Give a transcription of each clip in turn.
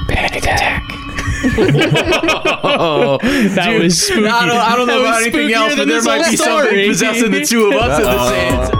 that Dude, was spooky. I don't, I don't know That was about anything spookier else, but than there this might whole be story. something possessing the two of us at the same time.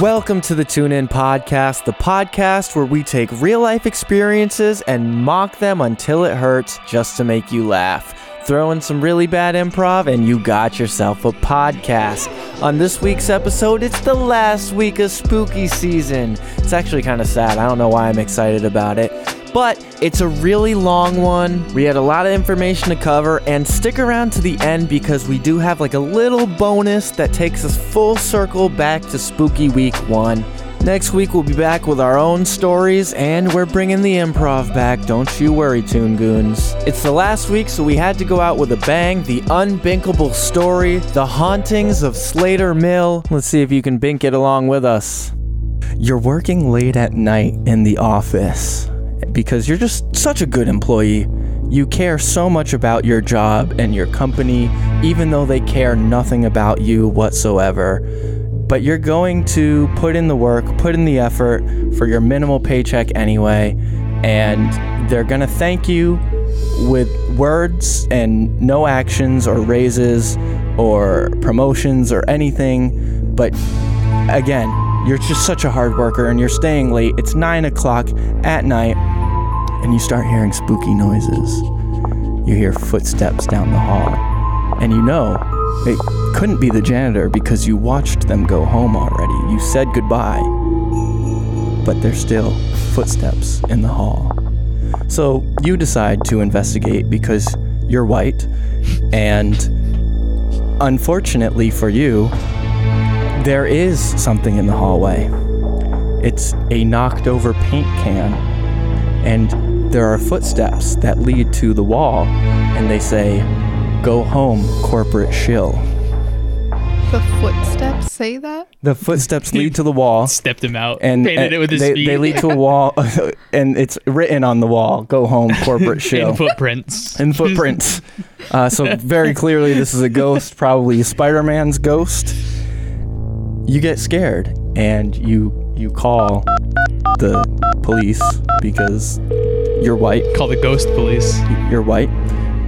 Welcome to the Tune In Podcast, the podcast where we take real life experiences and mock them until it hurts just to make you laugh. Throw in some really bad improv, and you got yourself a podcast. On this week's episode, it's the last week of spooky season. It's actually kind of sad. I don't know why I'm excited about it. But it's a really long one. We had a lot of information to cover, and stick around to the end because we do have like a little bonus that takes us full circle back to spooky week one. Next week, we'll be back with our own stories, and we're bringing the improv back. Don't you worry, Toon Goons. It's the last week, so we had to go out with a bang. The unbinkable story, The Hauntings of Slater Mill. Let's see if you can bink it along with us. You're working late at night in the office because you're just such a good employee. You care so much about your job and your company, even though they care nothing about you whatsoever. But you're going to put in the work, put in the effort for your minimal paycheck anyway, and they're going to thank you with words and no actions or raises or promotions or anything. But again, you're just such a hard worker and you're staying late. It's nine o'clock at night, and you start hearing spooky noises. You hear footsteps down the hall, and you know it couldn't be the janitor because you watched them go home already. You said goodbye, but there's still footsteps in the hall. So you decide to investigate because you're white, and unfortunately for you, there is something in the hallway. It's a knocked over paint can, and there are footsteps that lead to the wall, and they say, Go home, corporate shill. The footsteps say that? The footsteps lead to the wall, Stepped him out and painted and it with his they, feet. they lead to a wall, and it's written on the wall Go home, corporate in shill. footprints. and footprints. Uh, so very clearly, this is a ghost, probably Spider-Man's ghost. You get scared and you you call the police because you're white. Call the ghost police. You're white,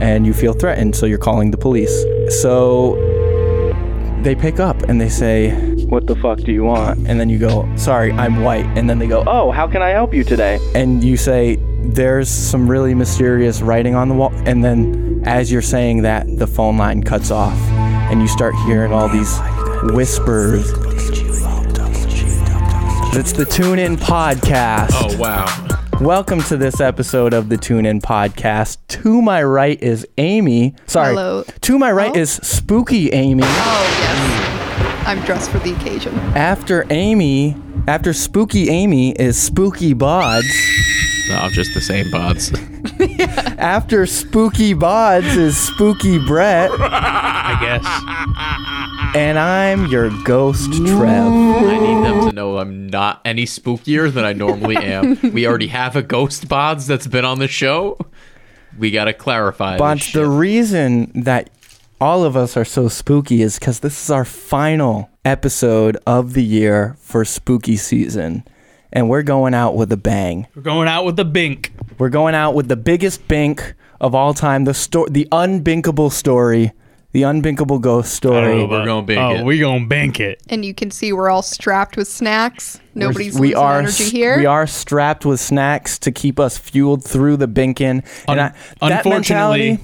and you feel threatened, so you're calling the police. So they pick up and they say, "What the fuck do you want?" And then you go, "Sorry, I'm white." And then they go, "Oh, how can I help you today?" And you say, "There's some really mysterious writing on the wall." And then as you're saying that, the phone line cuts off, and you start hearing all these whispers. It's the Tune In Podcast. Oh, wow. Welcome to this episode of the Tune In Podcast. To my right is Amy. Sorry. Hello. To my right Oh. is Spooky Amy. Oh, yes. Mm. I'm dressed for the occasion. After Amy, after Spooky Amy is Spooky Bods. No, I'm just the same bots. After Spooky Bods is Spooky Brett. I guess. And I'm your ghost, Trev. I need them to know I'm not any spookier than I normally am. We already have a ghost bods that's been on the show. We gotta clarify. this But shit. the reason that all of us are so spooky is because this is our final episode of the year for spooky season. And we're going out with a bang. We're going out with a bink. We're going out with the biggest bink of all time, the sto- the unbinkable story, the unbinkable ghost story. we're gonna bink oh, it. we're gonna bank it. And you can see we're all strapped with snacks. Nobody's we losing are energy s- here. we are strapped with snacks to keep us fueled through the binkin. and I, that Unfortunately, mentality-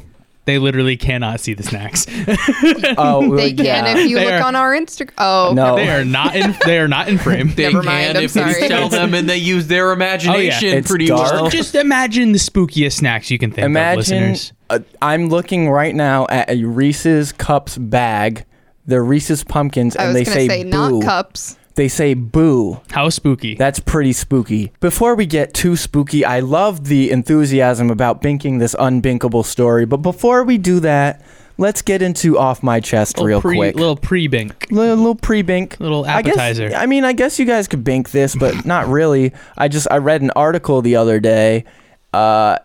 they literally cannot see the snacks. oh, They yeah. can if you They look are- on our Instagram. Oh, No. they are not in. They are not in frame. they Never can mind, I'm if you sorry. tell them and they use their imagination It's pretty dark. well. Just imagine the spookiest snacks you can think of, Imagine listeners. uh, I'm looking right now at a Reese's cups bag. They're Reese's pumpkins, I and was they going to say, say, boo. not cups. They say boo. How spooky. That's pretty spooky. Before we get too spooky, I love the enthusiasm about binking this unbinkable story. But before we do that, let's get into off my chest Little real pre- quick. Little pre-bink. Little, little pre-bink, Little I guess- I, appetizer. mean, I guess you guys could bink this, but not really. I just I read an article the other day. Uh,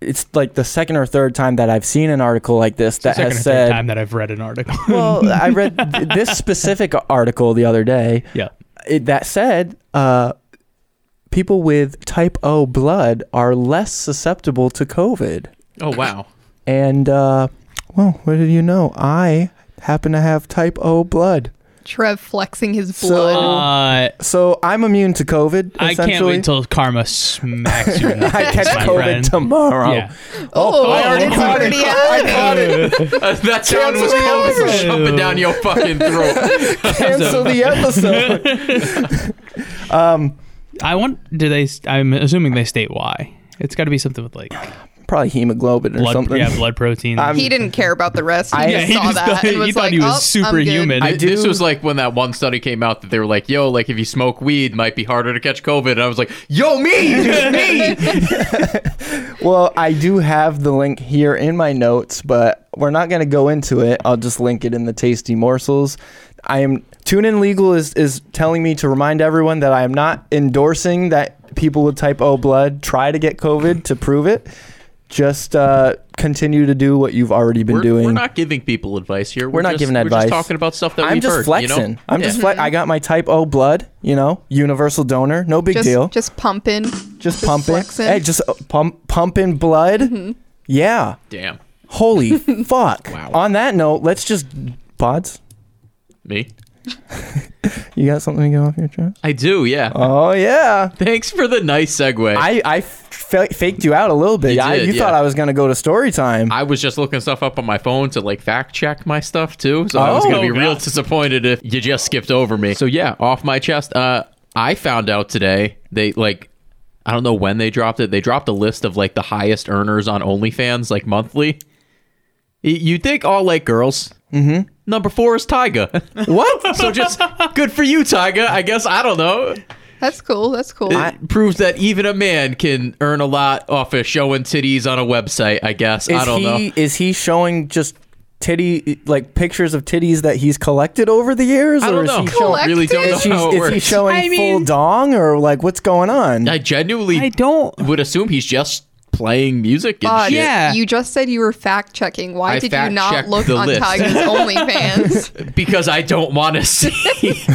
it's like the second or third time that I've seen an article like this that Second or has third said. time that I've read an article. Well, I read th- this specific article the other day yeah. it, that said, uh, people with type O blood are less susceptible to COVID. Oh wow. And uh, well, what do you know? I happen to have type O blood, Trev flexing his So- blood. Uh, so I'm immune to COVID. I can't essentially. wait till karma smacks you. In the I face, catch my COVID friend. tomorrow. Yeah. oh, I already it's caught it. already happening. Uh, that sound was Cancel the COVID episode. jumping down your fucking throat. Cancel the episode. I want. Do they? I'm assuming they state why. It's got to be something with like Probably hemoglobin or blood. something. Yeah, blood protein. I'm- He didn't care about the rest. He I- yeah, just he saw just that thought, and was he thought like, he was "Oh, I'm good." superhuman. I, this do- was like when that one study came out that they were like, "Yo, like if you smoke weed, it might be harder to catch COVID." And I was like, "Yo, me, me." Well, I do have the link here in my notes, but we're not going to go into it. I'll just link it in the tasty morsels. I am Tune In Legal is is telling me to remind everyone that I am not endorsing that people with type O blood try to get COVID to prove it. Just uh, continue to do what you've already been we're, doing. we're not giving people advice here. We're not just- giving We're advice. just talking about stuff that I'm we've just heard, flexing. You know? I'm just flex. I got my type O blood, you know, universal donor, no big Just, deal. just pumping. Just, pumping. flexing. Mm-hmm. Hey, just uh, pump pumping blood. Yeah. Damn Holy fuck. Wow. On that note, let's just pods. me. You got something to get off your chest? I do. Yeah. Oh yeah. Thanks for the nice segue. I, I I f- faked you out a little bit. You I, did, you yeah. thought I was gonna go to story time. was just looking stuff up on my phone to like fact check my stuff too, so I was gonna Oh, be real God. disappointed if you just skipped over me. So yeah, off my chest. Uh, I found out today they like. I don't know when they dropped it. They dropped a list of like the highest earners on OnlyFans like monthly. Y- You'd think all like girls. Mm-hmm. Number four is Tyga. what? so just good for you, Tyga. I guess I don't know. That's cool. That's cool. It proves that even a man can earn a lot off of showing titties on a website. I guess Is I don't he know. is he showing just titty like pictures of titties that he's collected over the years, I don't or is know. he showing? I really don't know Is, he- how it is he works. showing I full mean- dong or like what's going on? I genuinely I don't. would assume he's just playing music and But shit. yeah. you just said you were fact checking. Why I did you fact-checked not look the on list. Tiger's OnlyFans? Because I don't want to see.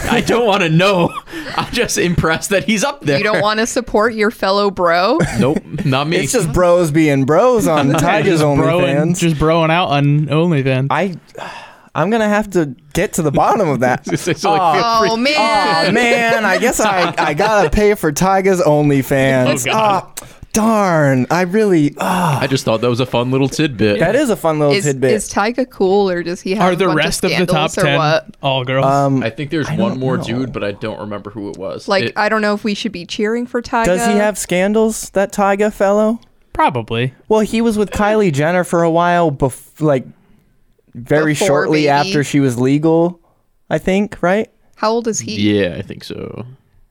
I don't want to know. I'm just impressed that he's up there. you don't want to support your fellow bro? Nope, not me. it's just bros being bros on Tiger's just broing, OnlyFans. just broing out on OnlyFans. I, I'm gonna have to get to the bottom of that. So, like, feel free- Oh man. Aw, man, I guess I, I gotta pay for Tyga's OnlyFans. Oh, Ah, darn. I really. ah. I just thought that was a fun little tidbit. that is a fun little Is, tidbit. is Tyga cool or does he have Are a the bunch rest of, the top scandals or ten what? all girls? Uh, I think there's I one don't more know. dude, but I don't remember who it was. Like It- I don't know if we should be cheering for Tyga. Does he have scandals, that Tyga fellow? Probably. Well, he was with Kylie Jenner for a while, bef- like very Before shortly baby. after she was legal, I think, right? How old is he? yeah, I think so.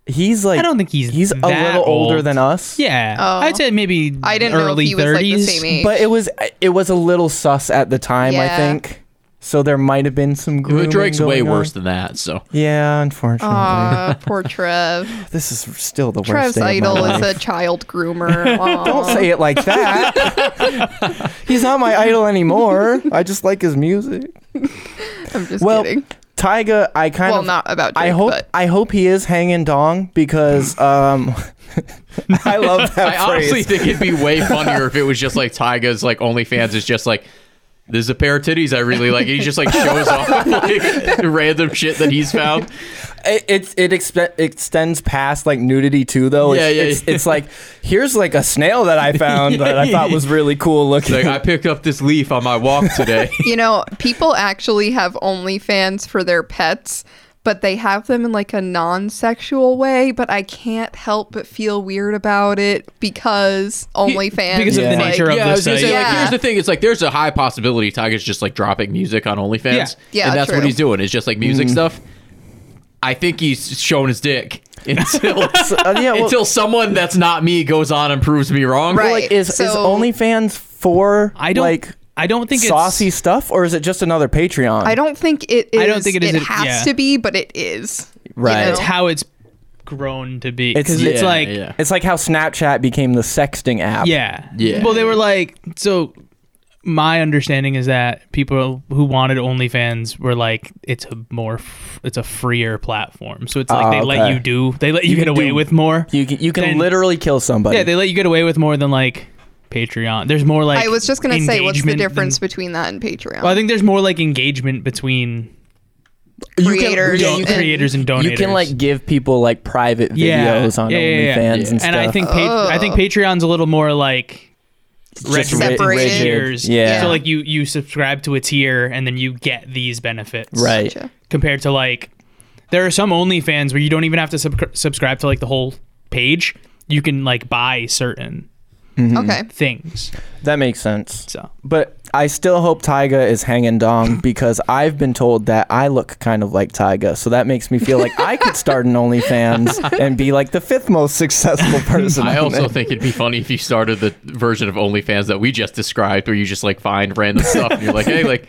He's like. I don't think he's He's a that little older old. than us. Yeah, I'd say maybe Oh. I didn't know if early he was, like, the 30s. same age. But it was it was a little sus at the time, I Yeah. think. So there might have been some grooming. Drake's way going on. worse than that. So Yeah, unfortunately. Aw, Uh, poor Trev. This is still the worst Trev's day of my idol is life. a child groomer. Aw. Don't say it like that. He's not my idol anymore. I just like his music. I'm just Well, kidding. Tyga, I kind Well, of not about Drake, I hope but I hope he is hanging dong because um I love that I phrase. honestly think it'd be way funnier if it was just like Tyga's like OnlyFans is just like there's a pair of titties I really like. And he just like shows off like random shit that he's found. it it's, it expe- extends past like nudity too though. It's, Yeah, yeah, it's, yeah. it's like here's like a snail that I found that I thought was really cool looking. Like I picked up this leaf on my walk today. you know, people actually have OnlyFans for their pets, but they have them in like a non-sexual way. But I can't help but feel weird about it because OnlyFans because of is the like- nature of yeah, I was the gonna site. say, like, Yeah. here's the thing. It's like there's a high possibility Tyga's just like dropping music on OnlyFans. Yeah. Yeah, and that's what true. he's doing. It's just like music stuff. I think he's showing his dick until uh, yeah, well- until someone that's not me goes on and proves me wrong. Right. like is is so- OnlyFans for I don't. like I don't think saucy it's stuff or is it just another Patreon? I don't think it is. I don't think it is It a- has yeah. to be, but it is. you Right. know? It's how it's grown to be. It's- Because it's Yeah, like yeah. It's like how Snapchat became the sexting app. Yeah. Yeah. Well, they were like, so my understanding is that people who wanted OnlyFans were like, it's a more, f- it's a freer platform. So it's like Oh, they okay. let you do, they let you, get can away do- with more. You can, you can Then- literally kill somebody. yeah, they let you get away with more than like Patreon. There's more like. I was just gonna say, what's the engagement than- difference between that and Patreon? well, I think there's more like engagement between You can- creators yeah, do- you and- can, creators and donors. you can like give people like private videos yeah, on yeah, OnlyFans yeah, yeah. and stuff. And I think pa- I think Patreon's a little more like Just regimented ri- Separated. tiers. Yeah. So like you you subscribe to a tier and then you get these benefits. right. Gotcha. Compared to like there are some OnlyFans where you don't even have to sub- subscribe to like the whole page. You can like buy certain Mm-hmm. Okay. things. That makes sense. So But I still hope Tyga is hanging dong because I've been told that I look kind of like Tyga. So that makes me feel like I could start an OnlyFans and be like the fifth most successful person. I on also it. think it'd be funny if you started the version of OnlyFans that we just described, where you just like find random stuff and you're like, hey, like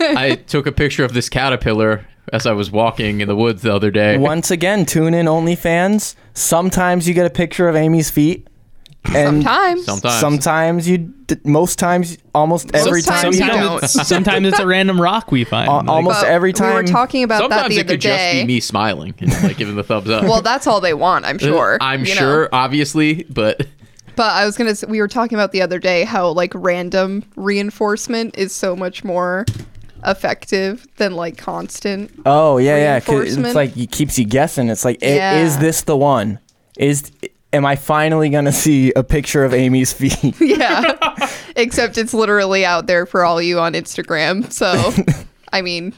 I took a picture of this caterpillar as I was walking in the woods the other day. Once again, tune in OnlyFans. Sometimes you get a picture of Amy's feet. And Sometimes. Sometimes. sometimes you, d- most times, almost every time times you you don't. don't. sometimes it's, sometimes it's a random rock we find. Al- almost- But every we were time- talking about that Sometimes it the other could just day. be me smiling and like giving the thumbs up. well, that's all they want, I'm sure. I'm you know. sure, obviously, but But I was gonna. s- We were talking about the other day how like random reinforcement is so much more effective than like constant. Oh yeah, yeah. 'cause It's Reinforcement. like it keeps you guessing. It's like, i- Yeah. is this the one? Is am I finally gonna see a picture of Amy's feet? yeah. Except it's literally out there for all you on Instagram. So, I mean,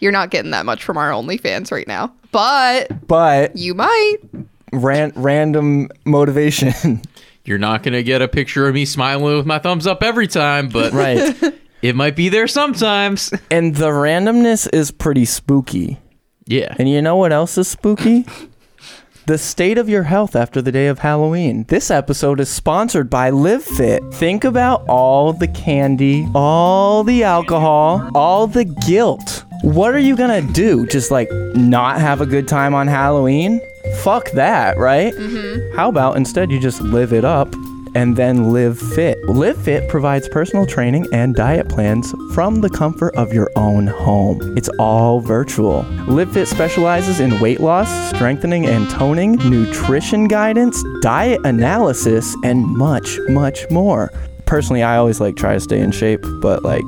you're not getting that much from our OnlyFans right now, but but you might. ran- random motivation, you're not gonna get a picture of me smiling with my thumbs up every time. But right? it might be there sometimes. and the randomness is pretty spooky. Yeah. And you know what else is spooky? The state of your health after the day of Halloween. This episode is sponsored by Live Fit. Think about all the candy, all the alcohol, all the guilt. What are you gonna do? Just like not have a good time on Halloween? Fuck that, right? How about instead you just live it up and then Live Fit? Live Fit provides personal training and diet plans from the comfort of your own home. It's all virtual. Live Fit specializes in weight loss, strengthening and toning, nutrition guidance, diet analysis, and much, much more. Personally, I always like try to stay in shape, but like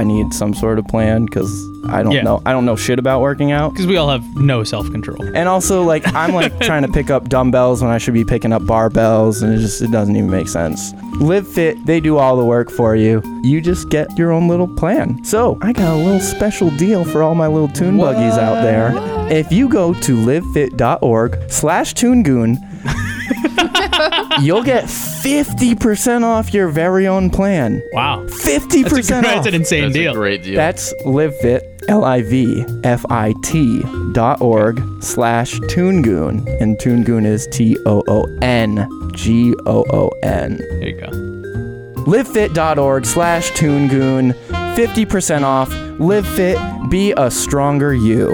I need some sort of plan because I don't Yeah. know. I don't know shit about working out. because we all have no self control. And also, like, I'm like trying to pick up dumbbells when I should be picking up barbells, and it just it doesn't even make sense. Live Fit, they do all the work for you. You just get your own little plan. So I got a little special deal for all my little Toon buggies out there. If you go to livefit.org/slash Toongoon, you'll get 50% off your very own plan. Wow. 50% That's, a, off. that's an insane That's deal. a great deal. That's livefit, E L-I-V-F-I-T dot org slash Toongoon. And Toongoon is T-O-O-N-G-O-O-N. there you go. Livefit.org slash Toongoon. 50% off. LiveFit, be a stronger you.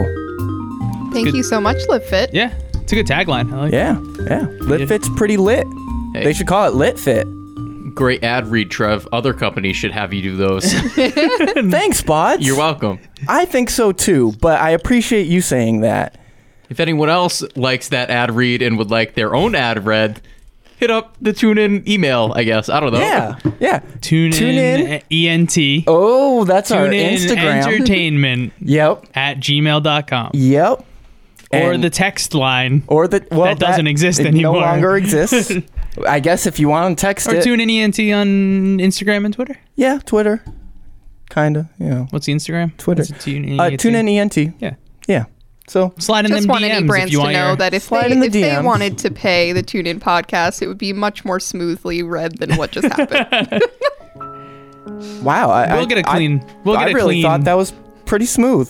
Thank Good. you so much, LiveFit. Yeah, it's a good tagline. I like it. Yeah, yeah. LiveFit's pretty lit. Hey. They should call it LitFit. Great ad read, Trev. Other companies should have you do those. Thanks, Bods. You're welcome. I think so too, but I appreciate you saying that. If anyone else likes that ad read and would like their own ad read, hit up the tune in email, I guess. I don't know. Yeah, yeah. Tune, Tune in. in, ENT. Oh, that's our Tune in Instagram. entertainment yep. at gmail.com. Yep. Or And- the text line. or the well That doesn't exist it No anymore. longer exists. I guess if you want to text Or it, tune in ENT on Instagram and Twitter. yeah, Twitter, kinda, you know, What's the Instagram? Twitter. Is it tune in. uh, ENT? tune in ENT. Yeah. Yeah, so Slide in Just them want any DMs if brands you to want know your- that if Slide they in the if they DMs. wanted to pay the tune in podcast, it would be much more smoothly read than what just happened. wow, I, We'll I- get a I- clean- we'll I get a really clean- thought that was pretty smooth.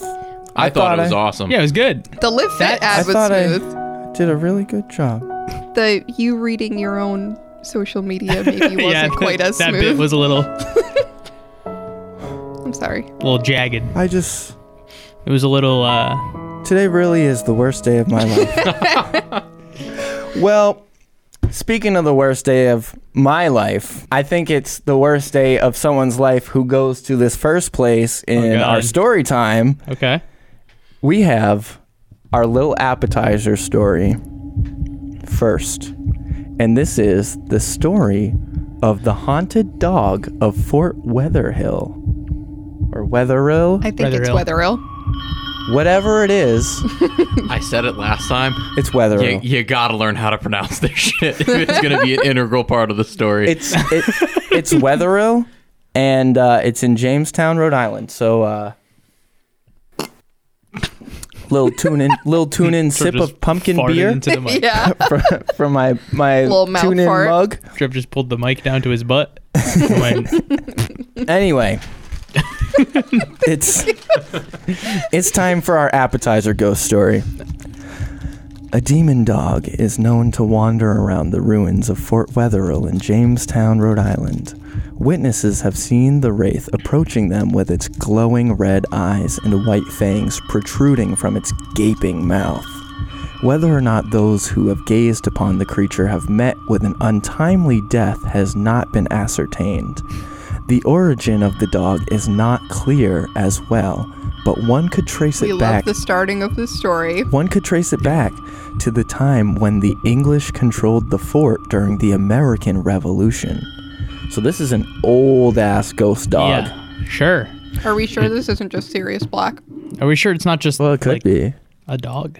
I, thought, it was I, awesome. yeah, it was good. the LiveFit That- I ad was thought I- smooth. did a really good job. The you reading your own social media maybe wasn't yeah, quite that, as that smooth. bit was a little, I'm sorry. little jagged. I just It was a little. uh today really is the worst day of my life. well, Speaking of the worst day of my life, I think it's the worst day of someone's life who goes to this first place in God. our story time. Okay. We have our little appetizer story first. And this is the story of the haunted dog of Fort Weatherhill. Or Weatherill, I think it's Wetherill. Wetherill. whatever it is, I said it last time. it's Weatherill. You, you gotta learn how to pronounce this shit. if it's gonna be an integral part of the story. It's it, it's Wetherill, and uh, it's in Jamestown, Rhode Island. So, uh, little tune in, little tune in Trip sip of just pumpkin farted beer into the mic. Yeah. from, from my my Little mouth tune in fart. mug. Trip just pulled the mic down to his butt. and went, Anyway, it's it's time for our appetizer ghost story. A demon dog is known to wander around the ruins of Fort Wetherill in Jamestown, Rhode Island. Witnesses have seen the wraith approaching them with its glowing red eyes and white fangs protruding from its gaping mouth. Whether or not those who have gazed upon the creature have met with an untimely death has not been ascertained. The origin of the dog is not clear as well, but one could trace We it love back. the starting of the story. One could trace it back to the time when the English controlled the fort during the American Revolution. So this is an old ass ghost dog. Yeah. Sure. Are we sure this isn't just Sirius Black? Are we sure it's not just Well, it could like, be a dog?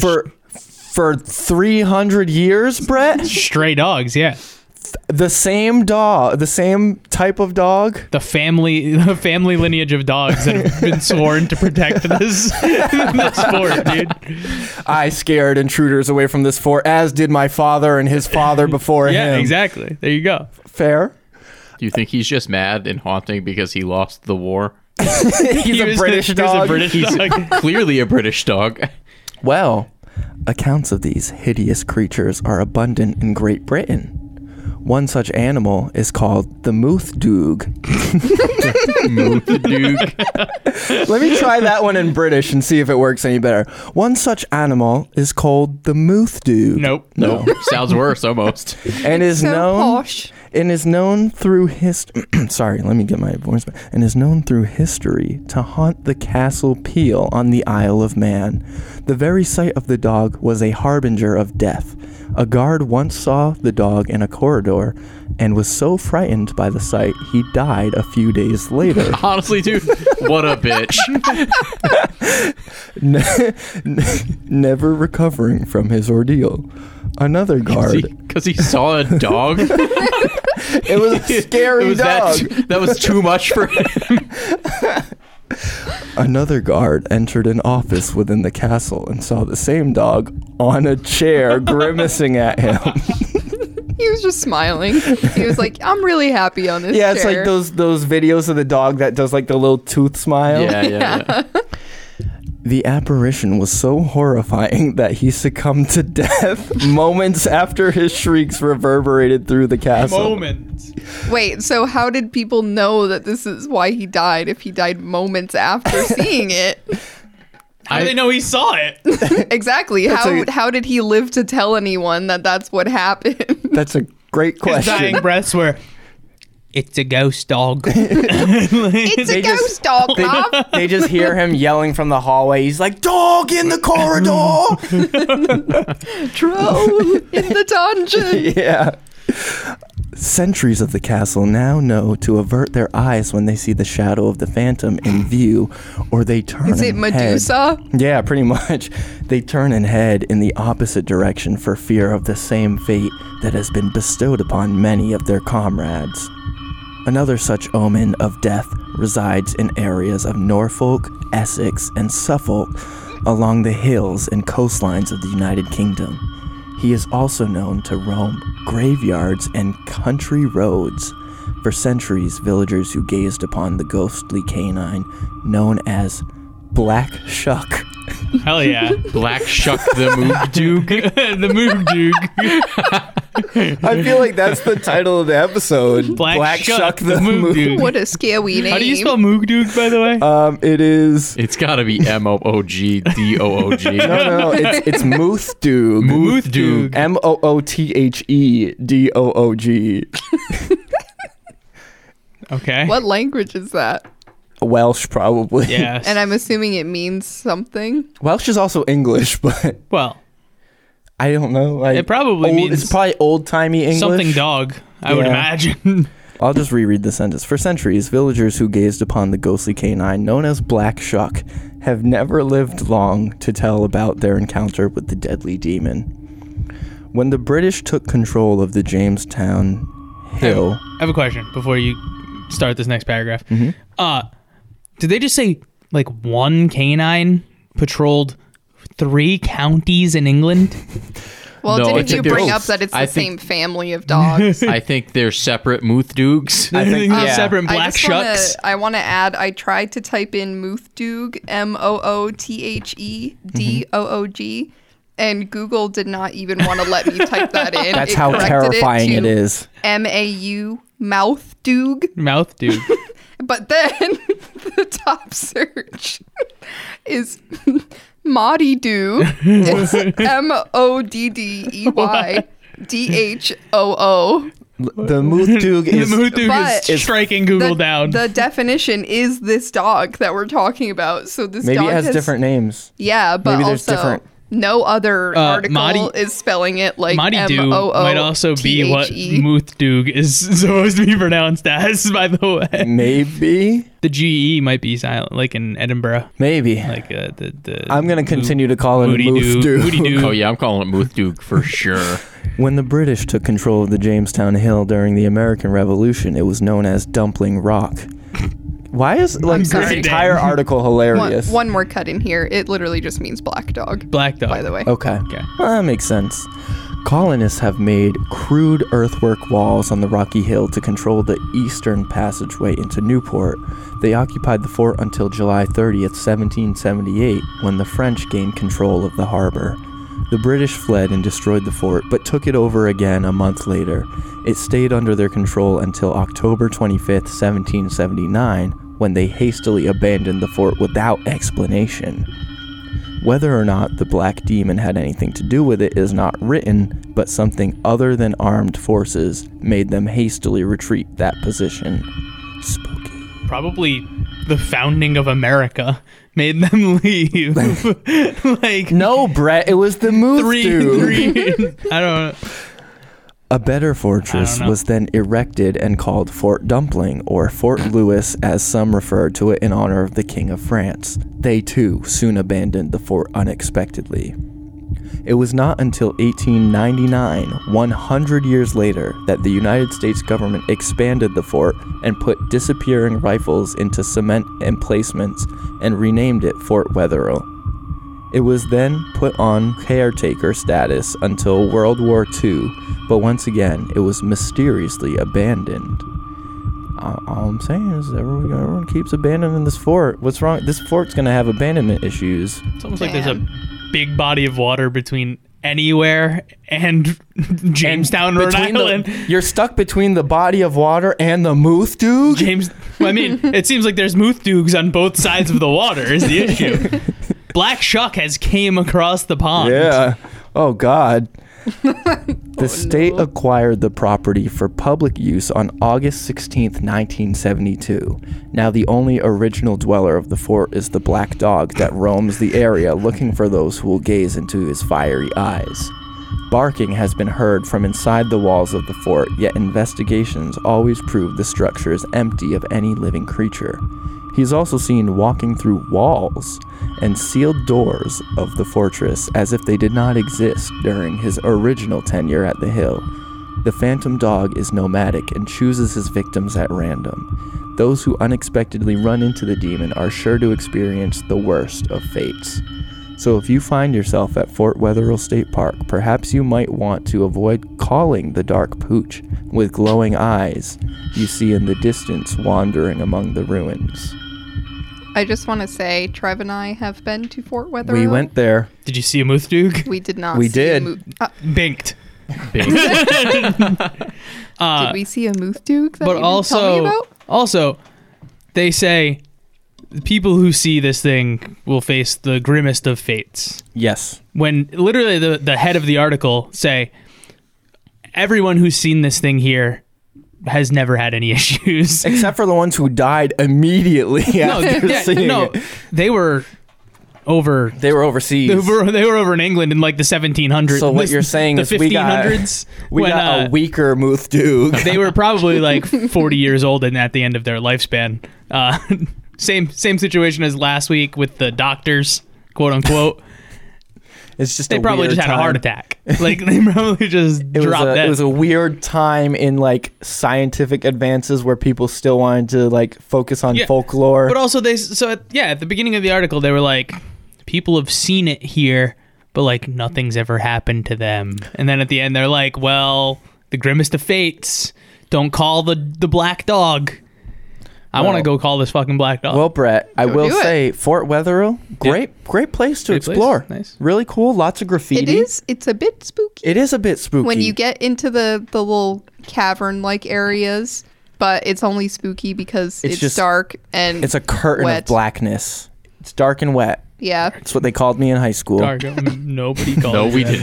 for for 300 years, Brett. Stray dogs, yeah. The same dog, the same type of dog. The family the family lineage of dogs that have been sworn to protect this this sport, dude. I scared intruders away from this fort, as did my father and his father before him. Yeah, exactly. There you go. Fair. Do you think he's just mad and haunting because he lost the war? He's He was- he was a British dog. Clearly a British dog. Well, accounts of these hideous creatures are abundant in Great Britain. One such animal is called the Mooth Doog. Move the Duke. Let me try that one in British and see if it works any better. One such animal is called the Mooth Doog. Nope. No, sounds worse almost. And is So known posh. and is known through hist sorry let me get my voice back and is known through history to haunt the castle peel on the isle of man the very sight of the dog was a harbinger of death a guard once saw the dog in a corridor and was so frightened by the sight he died a few days later Honestly, dude, what a bitch. never recovering from his ordeal another guard Because he, saw a dog. It it was a scary was dog That, that was too much for him. Another guard entered an office within the castle and saw the same dog on a chair grimacing at him. He was just smiling. He was like, I'm really happy on this yeah, it's like chair." those those videos of the dog that does like the little tooth smile. Yeah, yeah, yeah. The apparition was so horrifying that he succumbed to death moments after his shrieks reverberated through the castle. Moment. Wait, so how did people know that this is why he died if he died moments after seeing it? How do they know he saw it? exactly. How a- how did he live to tell anyone that that's what happened? That's a great His dying question. breaths were it's a ghost dog. it's They a just- ghost dog, Bob. They just hear him yelling from the hallway. He's like, "Dog in the corridor!" Troll in the dungeon. yeah. Sentries of the castle now know to avert their eyes when they see the shadow of the phantom in view, or they turn. Is it and head- Medusa? Yeah, pretty much. They turn and head in the opposite direction for fear of the same fate that has been bestowed upon many of their comrades. Another such omen of death resides in areas of Norfolk, Essex, and Suffolk along the hills and coastlines of the United Kingdom. He is also known to roam graveyards and country roads. For centuries, villagers who gazed upon the ghostly canine known as Black Shuck. Hell yeah. Black Shuck the Moog Duke. the Moog Duke. I feel like that's the title of the episode. Black Shuck the Moog Uh, Dude. What a scary name. How do you spell Moogdoog, by the way? Um, it is It's got to be M O O G D O O G. no, no, no. It's it's Mooth Dude. Moothdoog. M O O T H E D O O G. okay. What language is that? Welsh probably. Yes. And I'm assuming it means something. Welsh is also English, but well, I don't know. Like, It probably old, means it's probably old timey English. something dog, I would Yeah. imagine. I'll just reread the sentence. For centuries, villagers who gazed upon the ghostly canine known as Black Shuck have never lived long to tell about their encounter with the deadly demon. When the British took control of the Jamestown Hill, I have a question before you start this next paragraph. Mm-hmm. Uh, did they just say like one canine patrolled three counties in England? Well, No, I didn't think you they're- bring up that it's the I think- same family of dogs? Um, I think they're separate Moothdugs. I think They're yeah. separate black I just wanna, shucks. I want to add. I tried to type in Moothdug, M O O T H E D O O G, and Google did not even want to let me type that in. That's how terrifying it is. M A U mouth dug, Mouth dude. but then the top search is Modi Doo. It's M O D D E Y D H O O. The Moothdug the is mood dude But- is striking Google the, down. The definition is this dog that we're talking about. So this maybe dog it has different names. Yeah, but maybe there's also different- no other Uh, article Madi- is spelling it like Madi Doo M-O-O-T-H-E. might also E be what Moothdug is supposed to be pronounced as, by the way. Maybe, The GE might be silent, like in Edinburgh. maybe. Like uh, the, the I'm gonna continue to call it a Moody Doo. Moody Moothdug. Doo. Oh yeah, I'm calling it Moothdoog for sure. When the British took control of the Jamestown Hill during the American Revolution, it was known as Dumpling Rock. Why is like this sorry. entire article One, hilarious? one more cut in here. It literally just means black dog, Black dog. by the way. Okay. Okay. Well, that makes sense. Colonists have made crude earthwork walls on the rocky hill to control the eastern passageway into Newport. They occupied the fort until July 30th, 1778, when the French gained control of the harbor. The British fled and destroyed the fort, but took it over again a month later. It stayed under their control until October 25th, 1779, when they hastily abandoned the fort without explanation. Whether or not the Black Demon had anything to do with it is not written, but something other than armed forces made them hastily retreat that position. Spooky. Probably the founding of America made them leave. like No, Brett, it was the move. three, three. I don't. know. A better fortress know. was then erected and called Fort Dumpling, or Fort Louis, as some referred to it in honor of the King of France. They too soon abandoned the fort unexpectedly. It was not until 1899, 100 years later, that the United States government expanded the fort and put disappearing rifles into cement emplacements and renamed it Fort Wetherill. It was then put on caretaker status until World War II, but once again, it was mysteriously abandoned. Uh, all I'm saying is, everyone, everyone keeps abandoning this fort. What's wrong? This fort's gonna have abandonment issues. It's almost like there's a big body of water between anywhere and Jamestown, Rhode Between Island. The, you're stuck between the body of water and the moose, dude. James. I mean, it seems like there's Moothdoogs on both sides of the water. Is the issue? Black Shuck has came across the pond. Yeah. Oh God. the state no. acquired the property for public use on August 16, 1972. Now the only original dweller of the fort is the black dog that roams the area looking for those who will gaze into his fiery eyes. Barking has been heard from inside the walls of the fort, yet investigations always prove the structure is empty of any living creature. He is also seen walking through walls and sealed doors of the fortress as if they did not exist during his original tenure at the hill. The phantom dog is nomadic and chooses his victims at random. Those who unexpectedly run into the demon are sure to experience the worst of fates. So if you find yourself at Fort Wetherill State Park, perhaps you might want to avoid calling the dark pooch with glowing eyes you see in the distance wandering among the ruins. I just want to say, Trev and I have been to Fort Wetherill. We went there. Did you see a Moothdug? We did not. We see a did. mo- uh, Binked. Big. uh, Did we see a Muth Duke? That but you didn't also tell me about? also they say the people who see this thing will face the grimmest of fates Yes. when literally the, the head of the article say everyone who's seen this thing here has never had any issues Except for the ones who died immediately no, after yeah, seeing no, it. they were over They were overseas. they were, they were over in England in like the 1700s. So what the- you're saying the is we got- 1500s we when, got uh, a weaker Muth Duke. they were probably like 40 years old and at the end of their lifespan. Uh, same same situation as last week with the doctors, quote unquote. It's just They a probably weird just had time. a heart attack. Like they probably just It was, dropped a, that. it was a weird time in like scientific advances where people still wanted to like focus on Yeah. folklore. but also they so at, yeah at the beginning of the article they were like people have seen it here but like nothing's ever happened to them and then at the end they're like well the grimmest of fates don't call the the black dog I want Well- to go call this fucking black dog. Well, Brett, I Go will do it. say Fort Wetherill, great, great place to Great place. explore. Nice. Really cool. Lots of graffiti. It is. It's a bit spooky It is a bit spooky. when you get into the the little cavern like areas, but it's only spooky because It's it's, just- dark and it's a curtain of wet. blackness. It's dark and wet. yeah. That's what they called me in high school. Dark, um, nobody called. No, you we that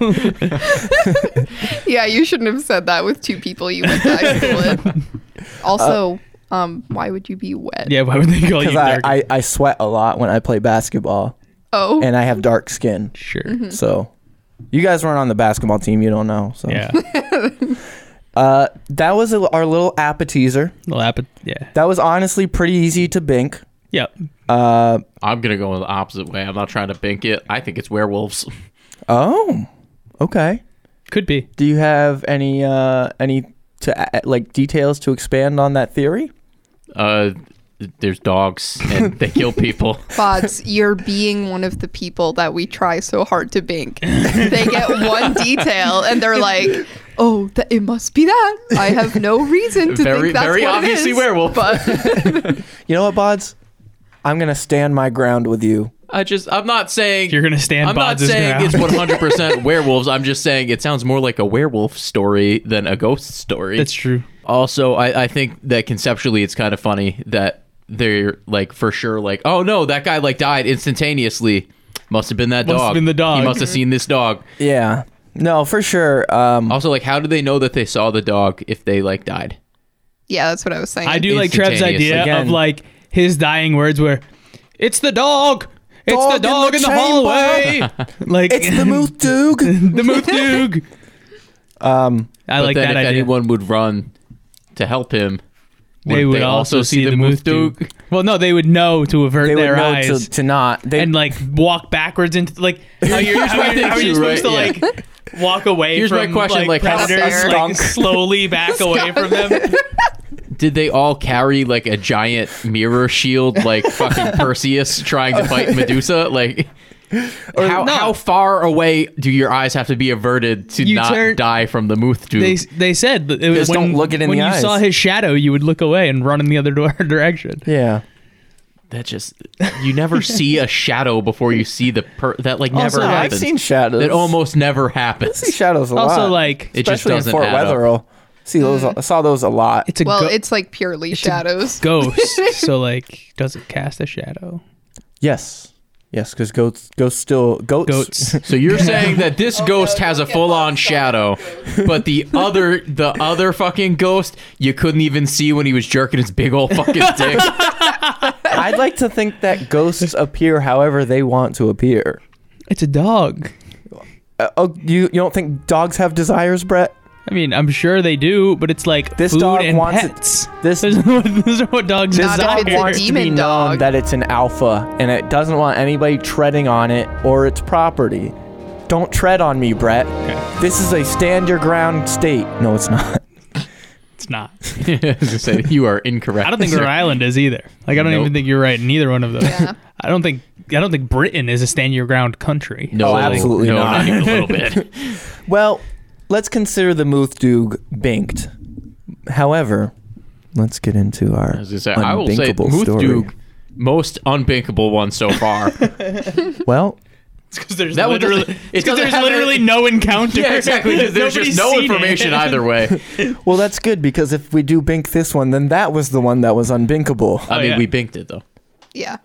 in high school. Yeah, you shouldn't have said that with two people you went to high Uh, school with. Also, um, why would you be wet? yeah, why would they call you Because I, dark? I, I sweat a lot when I play basketball Oh, and I have dark skin. sure. Hmm. So you guys weren't on the basketball team. You don't know. So Yeah. uh, that was a, our little appetizer. Little app- yeah. That was honestly pretty easy to bink. Yeah. Uh, I'm gonna go the opposite way. I'm not trying to bink it. I think it's werewolves. oh, okay. Could be. Do you have any uh, any to a- like details to expand on that theory? Uh, there's dogs and they kill people. Bods, you're being one of the people that we try so hard to bink. They get one detail and they're like, "Oh, th- it must be that." I have no reason to Very- think that's very what it obviously is, werewolf. But You know what, Bods? I'm gonna stand my ground with you. I just I'm not saying You're gonna stand I'm not Bods' saying ground. it's 100 percent werewolves. I'm just saying it sounds more like a werewolf story than a ghost story. That's true. Also, I, I think that conceptually it's kind of funny that they're like for sure like oh no that guy like died instantaneously. Must have been that Must have dog. been the dog. He must have seen this dog. Yeah. No, for sure. Um, Also, like, how do they know that they saw the dog if they like died? yeah, that's what I was saying. I do like Trev's Instantaneous. idea Again. of like his dying words were, "It's the dog, it's Dog the in the dog in the, chamber." hallway." like it's the Muth Duke. the moof dog. Um, I but like then that if idea. anyone would run to help him, they would also see the moof Duke? dog. Well, no, they would know to avert they would their know to, eyes to not. They, and like walk backwards into like how you're, Here's how my you're, thing how you're too, supposed right? to like. Walk away Here's my from question, like, like, how- predators, A like skunk. slowly back away from them. Did they all carry like a giant mirror shield, like fucking Perseus trying to fight Medusa? Like, how, No. how far away do your eyes have to be averted to You not turn- die from the moof Duke? They they said that it was Just when, don't look it in when the you eyes. saw his shadow, you would look away and run in the other door- direction. yeah. that just you never see a shadow before you see the per. That like never Also, I've happens. seen shadows. that almost never happens. I see shadows a lot. Also, like It just especially in doesn't Fort add up. Mm. Wetherill. See those? I saw those a lot. it's a well, go- it's like purely shadows. ghost. so like, does it cast a shadow? Yes. Yes, because goats, ghosts still goats. Goats. So you're saying that Oh, this ghost has a full-on shadow, but the other the other fucking ghost you couldn't even see when he was jerking his big old fucking dick. I'd like to think that ghosts appear however they want to appear. It's a dog. Uh, oh, you you don't think dogs have desires, Brett? I mean, I'm sure they do, but it's like This food dog and wants it- pets. This Those are what- those are what dogs this Not if desire. dog it's a wants to be demon known dog. that it's an alpha and it doesn't want anybody treading on it or its property. Don't tread on me, Brett. This is a stand your ground state. No, it's not. it's not. I was gonna say, you are incorrect. I don't think sir. Rhode Island is either. Like, I don't Nope. even think you're right in either one of those. Yeah. I don't think I don't think Britain is a stand your ground country. No, Oh, absolutely no, not. not. even a little bit. Well, let's consider the Muthdug binked. However, let's get into our I was gonna say, I will say unbinkable Muth story. Duke, most unbinkable one so far. Well, It's because there's That one doesn't- literally it it's 'cause doesn't there's have literally any- no encounter. Yeah, exactly. 'cause There's Nobody's just no seen information it. either way. Well, that's good because if we do bink this one, then that was the one that was unbinkable. I Oh, mean, yeah. we binked it though, Yeah.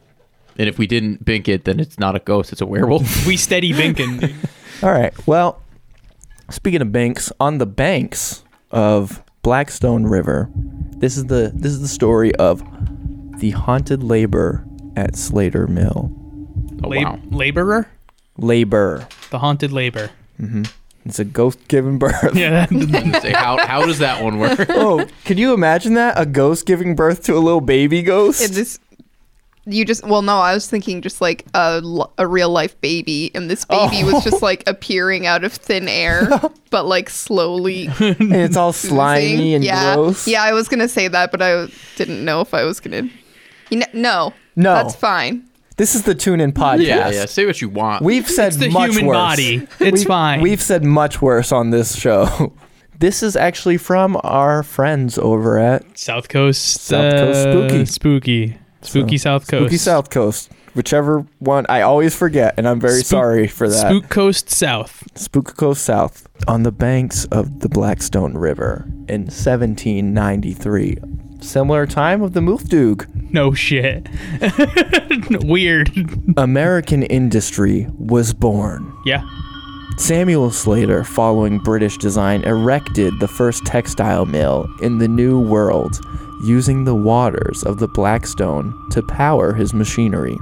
and if we didn't bink it, then it's not a ghost; it's a werewolf. We steady binking. dude. All right. Well, speaking of banks, on the banks of Blackstone River, this is the this is the story of the haunted labor at Slater Mill. Oh, Lab- wow. Laborer, Labor. the haunted labor. It's a ghost giving birth. Yeah, Say, how how does that one work? Oh, can you imagine that? A ghost giving birth to a little baby ghost? And this, you just, well, no, I was thinking just like a, l- a real life baby, and this baby was Oh. just like appearing out of thin air, but like slowly. and it's all slimy oozing. and yeah. gross. Yeah, I was going to say that, but I didn't know if I was going to. You know, no. No. That's fine. This is the tune in podcast. Yeah, yeah. Say what you want. We've said it's the much human worse. body. It's we've, fine. We've said much worse on this show. This is actually from our friends over at South Coast. South Coast uh, spooky. spooky, spooky South Coast. Spooky South Coast, whichever one. I always forget, and I'm very Spook- sorry for that. Spook Coast South. Spook Coast South. On the banks of the Blackstone River in 1793. Similar time of the Moofdoog. No shit. Weird. American industry was born. Yeah. Samuel Slater, following British design, erected the first textile mill in the New World, using the waters of the Blackstone to power his machinery.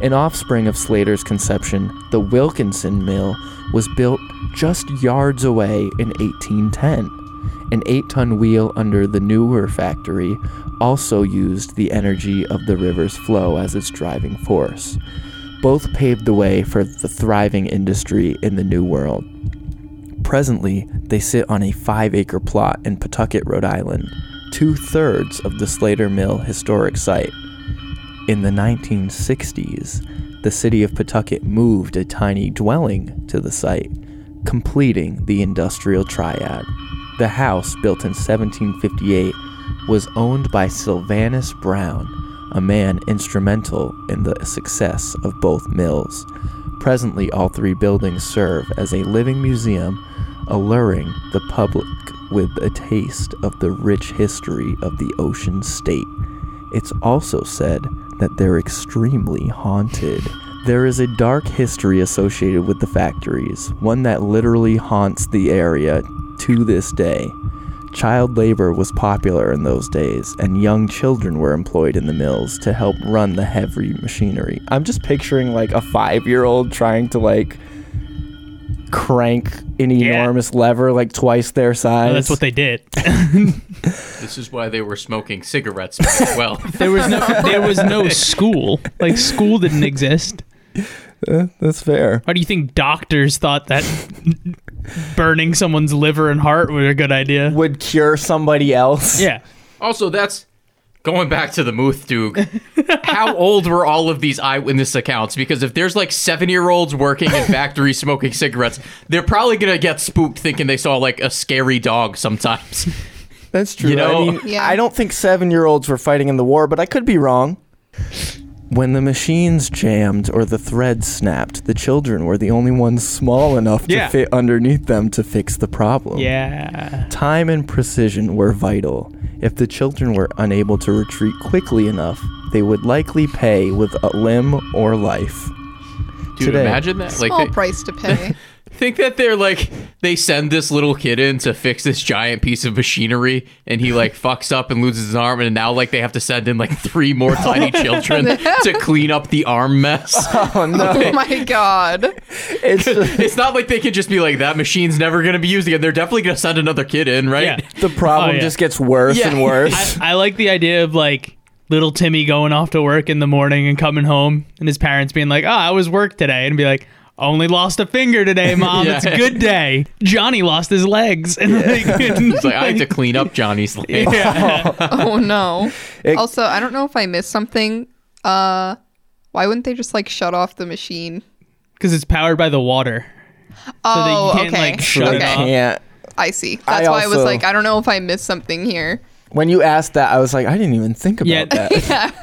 An offspring of Slater's conception, the Wilkinson Mill, was built just yards away in 1810. An 8 ton wheel under the Newer factory also used the energy of the river's flow as its driving force both paved the way for the thriving industry in the New World. Presently, they sit on a five acre plot in Pawtucket, Rhode Island, two thirds of the Slater Mill historic site. In the 1960s, the city of Pawtucket moved a tiny dwelling to the site, completing the industrial triad. The house, built in 1758, was owned by Sylvanus Brown, a man instrumental in the success of both mills. Presently, all three buildings serve as a living museum, alluring the public with a taste of the rich history of the ocean state. It's also said that they're extremely haunted. There is a dark history associated with the factories, one that literally haunts the area to this day. Child labor was popular in those days, and young children were employed in the mills to help run the heavy machinery. I'm just picturing like a five year old trying to like crank an enormous lever like twice their size. That's what they did. This is why they were smoking cigarettes as well. There was no there was no school. Like school didn't exist. That's fair. Why do you think doctors thought that burning someone's liver and heart were a good idea? Would cure somebody else. Yeah. Also, that's going back to the Muth Duke. How old were all of these eyewitness accounts? Because if there's like seven year olds working in factories smoking cigarettes, they're probably gonna get spooked thinking they saw like a scary dog sometimes. That's true. You know? I, mean, Yeah. I don't think seven year olds were fighting in the war, but I could be wrong. When the machines jammed or the threads snapped, the children were the only ones small enough Yeah. to fit underneath them to fix the problem. Yeah. Time and precision were vital. If the children were unable to retreat quickly enough, they would likely pay with a limb or life. Dude, Today. imagine that. Like, Small they- price to pay. think that they're like they send this little kid in to fix this giant piece of machinery, and he like fucks up and loses his arm, and now like they have to send in like three more tiny children to clean up the arm mess. Oh no! oh my God. it's just- It's not like they could just be like that machine's never going to be used again. They're definitely going to send another kid in, Yeah. right? the problem Oh, yeah. just gets worse Yeah. and worse. I, I like the idea of like little Timmy going off to work in the morning and coming home and his parents being like, Oh, I was work today and be like, only lost a finger today, mom. Yeah. It's a good day. Johnny lost his legs. And like, It's like I had to clean up Johnny's leg. yeah. Oh no. It- also, I don't know if I missed something. Uh, why wouldn't they just like shut off the machine? Because it's powered by the water. that you Oh, can't, okay. like, shut They it off. okay. can't. I see. I That's why I was also- like, I don't know if I missed something here. When you asked that, I was like, I didn't even think about Yeah. that.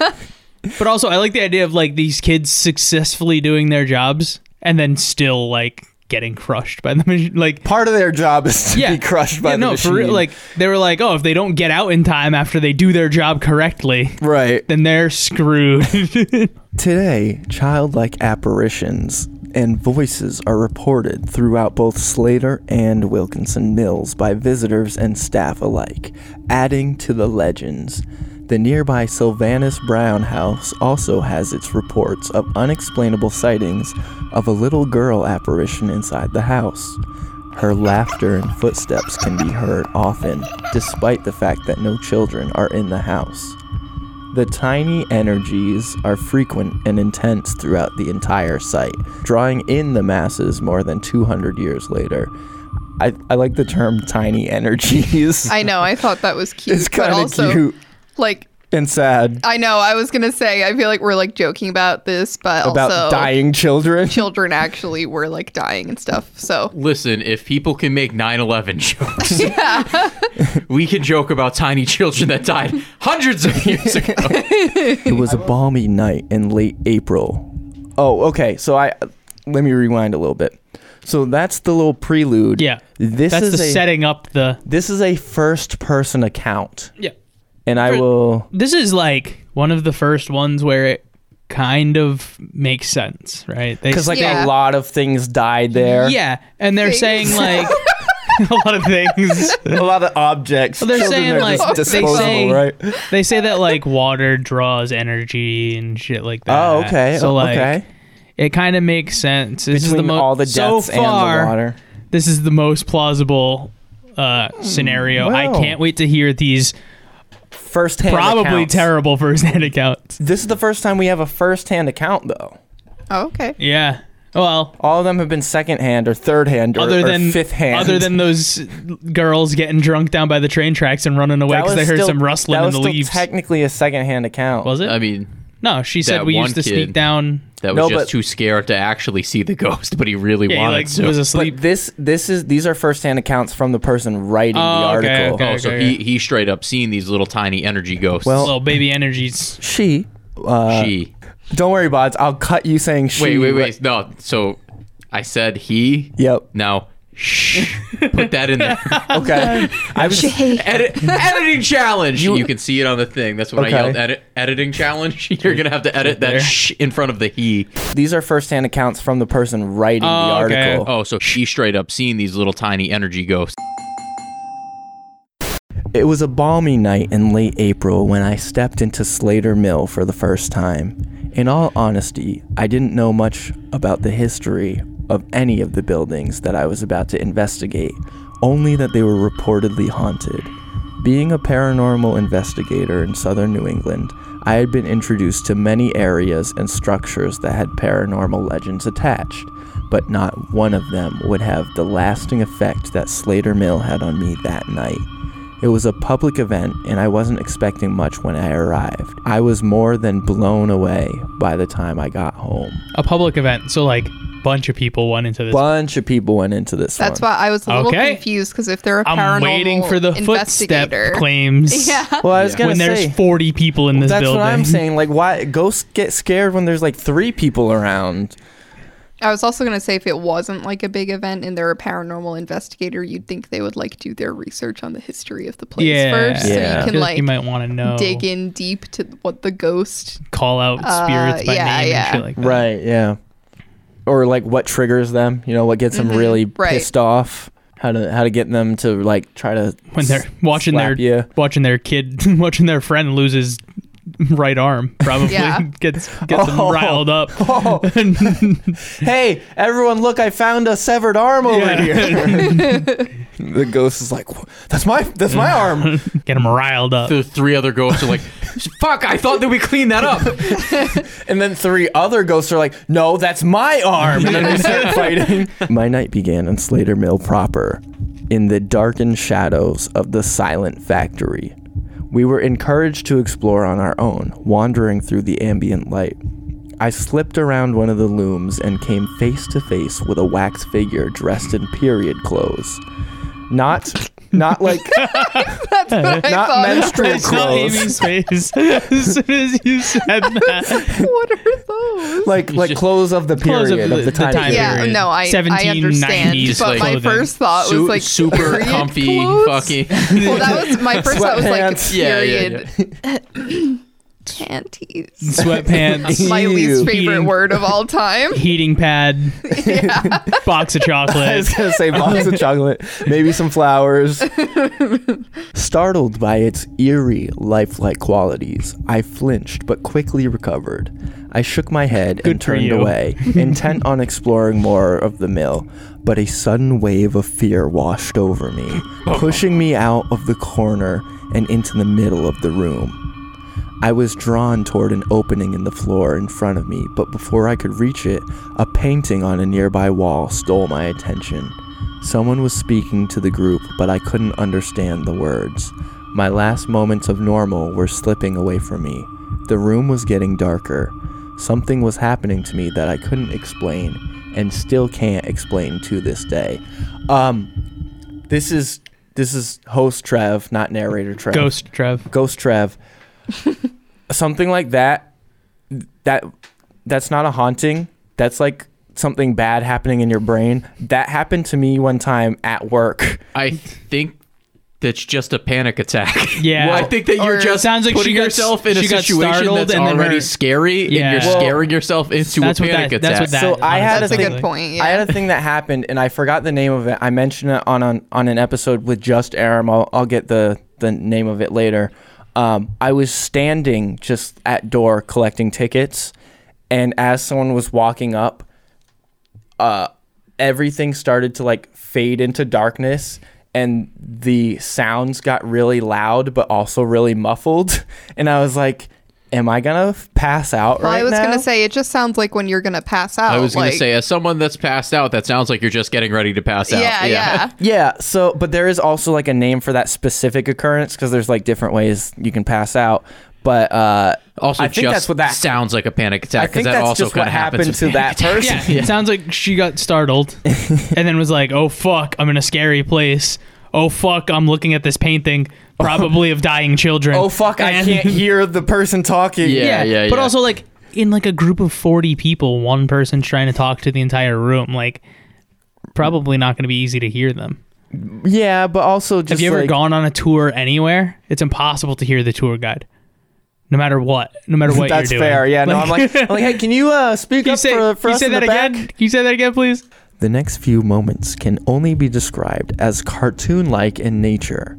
But also, I like the idea of like these kids successfully doing their jobs and then still like getting crushed by the machine. Like Part of their job is to yeah, be crushed by Yeah, the no, machine. for real. Like they were like, oh, if they don't get out in time after they do their job correctly, right. then they're screwed. Today, childlike apparitions and voices are reported throughout both Slater and Wilkinson Mills by visitors and staff alike, adding to the legends. The nearby Sylvanus Brown house also has its reports of unexplainable sightings of a little girl apparition inside the house. Her laughter and footsteps can be heard often, despite the fact that no children are in the house. The tiny energies are frequent and intense throughout the entire site, drawing in the masses more than 200 years later. I, I like the term tiny energies. I know. I thought that was cute. it's but kind of also, cute like, and sad I know. I was gonna say. I feel like we're like joking about this, but about also dying children. children actually were like dying and stuff. So Listen, if people can make 9/11 jokes, we can joke about tiny children that died hundreds of years ago. It was a balmy night in late April. Oh, okay. So I let me rewind a little bit. So that's the little prelude. yeah, This that's is the a, setting up the This is a first person account. yeah. And I For- will This is like one of the first ones where it kind of makes sense, right? They- because like a Yeah. lot of things died there. yeah, and they're Things. saying like a lot of things. a lot of objects. they're saying, are like, just they disposable, say- right? They say that like water draws energy and shit like that. Oh, okay. So oh, like okay. it kind of makes sense. This is Between the most all the deaths so and far, the water. Hmm, This is the most plausible uh, scenario. I wow. can't wait to hear these First hand probably accounts. terrible first-hand accounts. This is the first time we have a first hand account though. oh, okay. Yeah. Well, All of them have been second hand or third hand or, other or than fifth hand. other than those girls getting drunk down by the train tracks and running away That because was they heard still- some rustling that in was the still leaves. Technically a second hand account. was it? I mean, no, she said that we one used to sneak kid- down. that was No, just but- too scared to actually see the ghost, but he really Yeah, he, wanted like to. was but asleep. this this is these are first hand accounts from the person writing the Oh, okay, article. okay. oh, so he he straight up seen these little tiny energy ghosts. Well- Little baby energies. She uh, she. don't worry, Bods. I'll cut you saying she. Wait, wait, wait. No, so I said he. Yep. Now, shh. Put that in there. Okay. I was Edit, editing challenge. You, can see it on the thing. That's when Okay. I yelled edit, editing challenge. You're gonna have to edit that There. shh in front of the he. These are first-hand accounts from the person writing the Oh, okay. article. Oh, so she straight up seen these little tiny energy ghosts. It was a balmy night in late April when I stepped into Slater Mill for the first time. In all honesty, I didn't know much about the history of any of the buildings that I was about to investigate, only that they were reportedly haunted. Being a paranormal investigator in southern New England, I had been introduced to many areas and structures that had paranormal legends attached, but not one of them would have the lasting effect that Slater Mill had on me that night. It was a public event, and I wasn't expecting much when I arrived. I was more than blown away by the time I got home. A public event. So like bunch of people went into this. Bunch of people went into this That's one. why I was a little Okay. confused because if they're a paranormal I'm waiting for the footstep investigator, claims. yeah, Well, I was gonna When there's say 40 people in this that's building. what I'm saying. Like, why ghosts get scared when there's like three people around? I was also gonna say if it wasn't like a big event and they're a paranormal investigator, you'd think they would like do their research on the history of the place Yeah. first, Yeah. so I you feel can like, you like, might want to know. dig in deep to what the ghost. Call out spirits by yeah, name yeah. and shit like that. Right? Yeah. Or like what triggers them? You know, what gets them really Mm-hmm, right. pissed off? How to how to get them to like try to When they're s- watching their slap you. watching their kid watching their friend lose his right arm probably Yeah. gets gets them Oh. riled up. Oh. hey, everyone, look, I found a severed arm over Yeah. here. the ghost is like, "Wha- that's my that's my arm. Get them riled up. The three other ghosts are like, "Fuck! I thought that we cleaned that Uh, up." And then three other ghosts are like, no, that's my arm. And then they start fighting. My night began in Slater Mill proper, in the darkened shadows of the silent factory. We were encouraged to explore on our own, wandering through the ambient light. I slipped around one of the looms and came face to face with a wax figure dressed in period clothes. Not not like That's what I not thought. menstrual I saw clothes, Amy's face as soon as you said that. what are those? like like just- clothes of the Clothes period of of the- the the, time, time period. yeah, period. no, I, I 1790s understand. Just But like- my clothing. first thought was Su- like super period comfy, clothes? fucking. Well, that was my first thought was like Sweatpants. Yeah, yeah, period panties. Sweatpants, My least Ew. favorite Heating- word of all time. heating pad, box of I was chocolate. gonna say box of chocolate, maybe some flowers. Startled by its eerie, lifelike qualities, I flinched but quickly recovered. I shook my head and Good for turned you. away, intent on exploring more of the mill. But a sudden wave of fear washed over me, pushing me out of the corner and into the middle of the room. I was drawn toward an opening in the floor in front of me, but before I could reach it, a painting on a nearby wall stole my attention. Someone was speaking to the group, but I couldn't understand the words. My last moments of normal were slipping away from me. The room was getting darker. Something was happening to me that I couldn't explain and still can't explain to this day. Um this is this is host Trev, not narrator Trev. Ghost Trev. Ghost Trev. something like that. That that's not a haunting. That's like something bad happening in your brain. That happened to me one time at work. I think that's just a panic attack. Yeah. I think that Or- you're just Sounds like she putting got- yourself in a she got situation startled that's and then already her- scary, Yeah. and you're Well, scaring yourself into a That's what panic that. attack. That's what that. So I had That's honestly- a think- good point. Yeah. I had a thing that happened and I forgot the name of it. I mentioned it on on, on an episode with just Aram. I'll, I'll get the the name of it later. Um, I was standing just at door collecting tickets, and as someone was walking up, uh, everything started to like fade into darkness and the sounds got really loud but also really muffled and i was like am i gonna f- pass out well, right I was now gonna say it just sounds like when you're gonna pass out. I was going like- to say, as someone that's passed out, that sounds like you're just getting ready to pass out. yeah, yeah. yeah so but there is also like a name for that specific occurrence because there's like different ways you can pass out but uh Also, I think just that's what that- sounds like a panic i attack think because that that's also just what kind of happened happens to with that person Yeah, it sounds like she got startled and then was like, "Oh fuck, I'm in a scary place. Oh fuck, I'm looking at this painting, probably of dying children." oh fuck i And- can't hear the person talking Yeah. But yeah. also like in like a group of 40 people, one person's trying to talk to the entire room, like probably not going to be easy to hear them. yeah but also just Have you ever like, gone on a tour anywhere? It's impossible to hear the tour guide. No matter what, no matter what that's you're doing. fair yeah no i'm like i'm like hey can you uh speak Can you up say, for, for can you us say in that the again? back? Can you say that again, please? The next few moments can only be described as cartoon like in nature.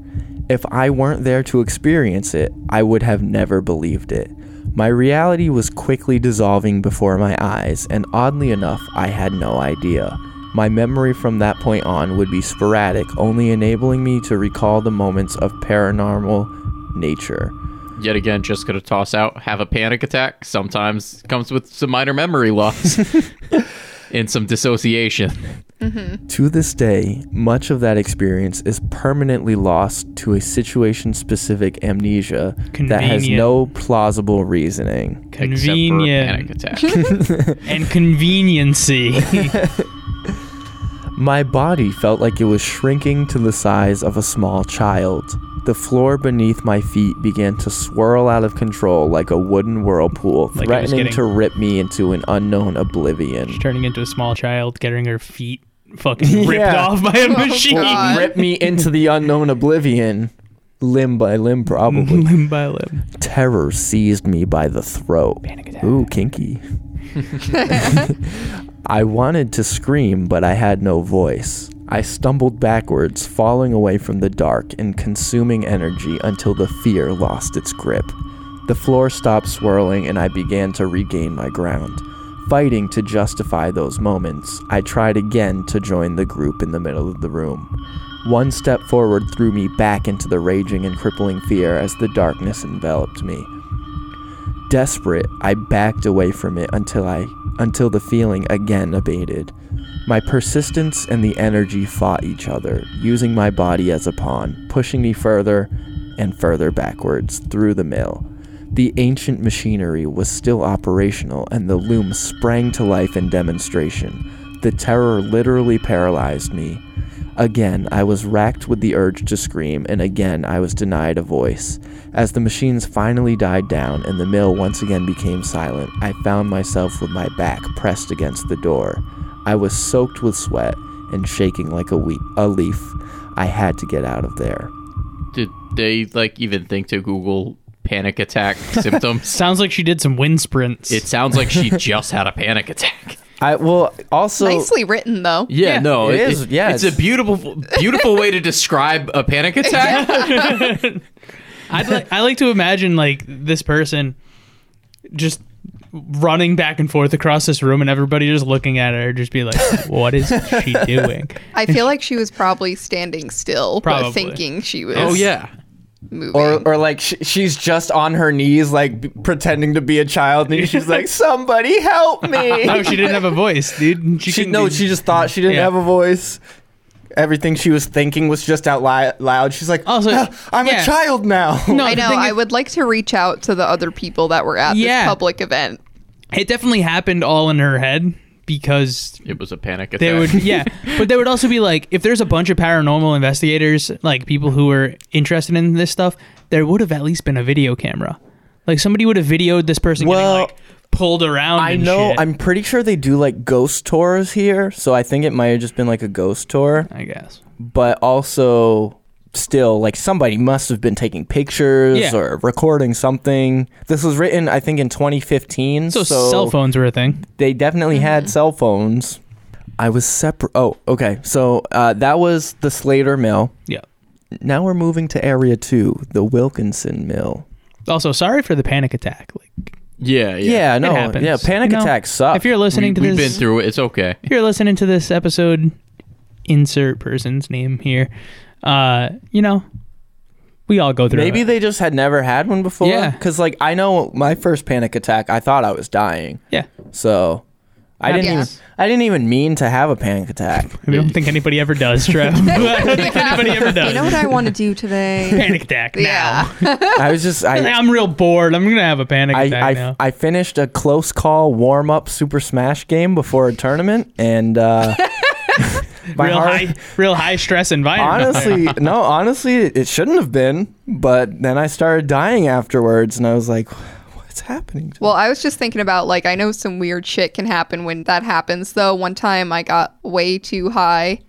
If I weren't there to experience it, I would have never believed it. My reality was quickly dissolving before my eyes, and oddly enough, I had no idea. My memory from that point on would be sporadic, only enabling me to recall the moments of paranormal nature. Yet again, just going to toss out, have a panic attack. Sometimes comes with some minor memory loss and some dissociation. To this day, much of that experience is permanently lost to a situation specific amnesia that has Convenient. no plausible reasoning. Convenient Except for a panic attack. and conveniency. My body felt like it was shrinking to the size of a small child. The floor beneath my feet began to swirl out of control like a wooden whirlpool, Like it was threatening getting- to rip me into an unknown oblivion. turning into a small child, getting her feet fucking ripped Yeah. Oh, off by a machine. God. Rip me into the unknown oblivion, limb by limb, probably. limb by limb. Terror seized me by the throat. Panic attack. Ooh, kinky. I wanted to scream, but I had no voice. I stumbled backwards, falling away from the dark and consuming energy until the fear lost its grip. The floor stopped swirling and I began to regain my ground. Fighting to justify those moments, I tried again to join the group in the middle of the room. One step forward threw me back into the raging and crippling fear as the darkness enveloped me. Desperate, I backed away from it until I until the feeling again abated. My persistence and the energy fought each other, using my body as a pawn, pushing me further and further backwards through the mill. The ancient machinery was still operational and the loom sprang to life in demonstration. The terror literally paralyzed me. Again, I was racked with the urge to scream, and again, I was denied a voice. As the machines finally died down and the mill once again became silent, I found myself with my back pressed against the door. I was soaked with sweat and shaking like a, we- a leaf. I had to get out of there. Did they like even think to Google panic attack symptoms? Sounds like she did some wind sprints. It sounds like she just had a panic attack. I well also Nicely written, though. Yeah, Yeah, no, it is, yeah, it's, it's- a beautiful, beautiful way to describe a panic attack. I'd li- I like to imagine like this person just running back and forth across this room and everybody just looking at her just be like what is she doing I feel like she was probably standing still, Probably. but thinking she was Oh yeah, moving. or or like sh- she's just on her knees like b- pretending to be a child and she's like somebody help me. no she didn't have a voice dude she, she couldn't no, be- she just thought she didn't Yeah. have a voice. Everything she was thinking was just out li- loud. She's like, Also, "Ah, I'm yeah. a child now. no I the know. thing I is- would like to reach out to the other people that were at Yeah. this public event. it definitely happened all in her head because it was a panic attack. they would yeah but they would also be like if there's a bunch of paranormal investigators like people who are interested in this stuff there would have at least been a video camera like somebody would have videoed this person Well, getting like pulled around I and know. shit. I'm pretty sure they do like ghost tours here, so I think it might have just been like a ghost tour. i guess But also, still, like somebody must have been taking pictures Yeah. or recording something. This was written, I think, in 2015. so, So, cell Mm-hmm. phones were a thing they definitely had cell phones. I was separate. Oh, okay. So uh, that was the Slater Mill. yeah Now we're moving to Area Two, the Wilkinson Mill. also sorry for the panic attack like yeah, yeah. Yeah, no, happens. yeah. Panic You know, attacks suck. if you're listening we, to have been this through it. It's okay. if you're listening to this episode insert person's name here uh you know we all go through Maybe it. they just had never had one before. Yeah. Because, like, I know my first panic attack, I thought I was dying. yeah So I didn't, even, Happens. I didn't even mean to have a panic attack. I don't think anybody ever does, Trev. I don't think anybody ever does. You know what I want to do today? panic attack now. yeah. I was just, I, I'm real bored. I'm gonna have a panic I, attack I, now. I finished a close call warm up Super Smash game before a tournament. And, uh,. My real heart, high, real high stress environment. honestly, no, honestly, it shouldn't have been. But then I started dying afterwards, and I was like, "What's happening?" To Well, I was just thinking about like I know some weird shit can happen when that happens though. One time I got way too high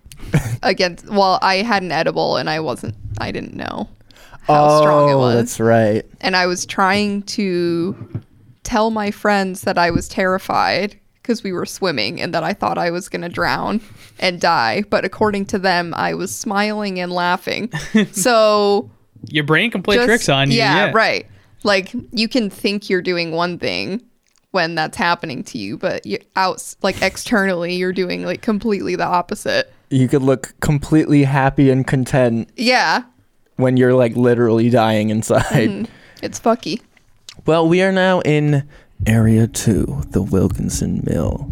against well, I had an edible and I wasn't I didn't know how oh, strong it was. that's right. and I was trying to tell my friends that I was terrified because we were swimming and that I thought I was going to drown and die. But according to them, I was smiling and laughing. So, Your brain can play just- tricks on you. Yeah, right. Like you can think you're doing one thing when that's happening to you, but you out like externally you're doing like completely the opposite. You could look completely happy and content Yeah, when you're like literally dying inside. Mm-hmm. it's fucky. Well, we are now in Area 2, the Wilkinson Mill.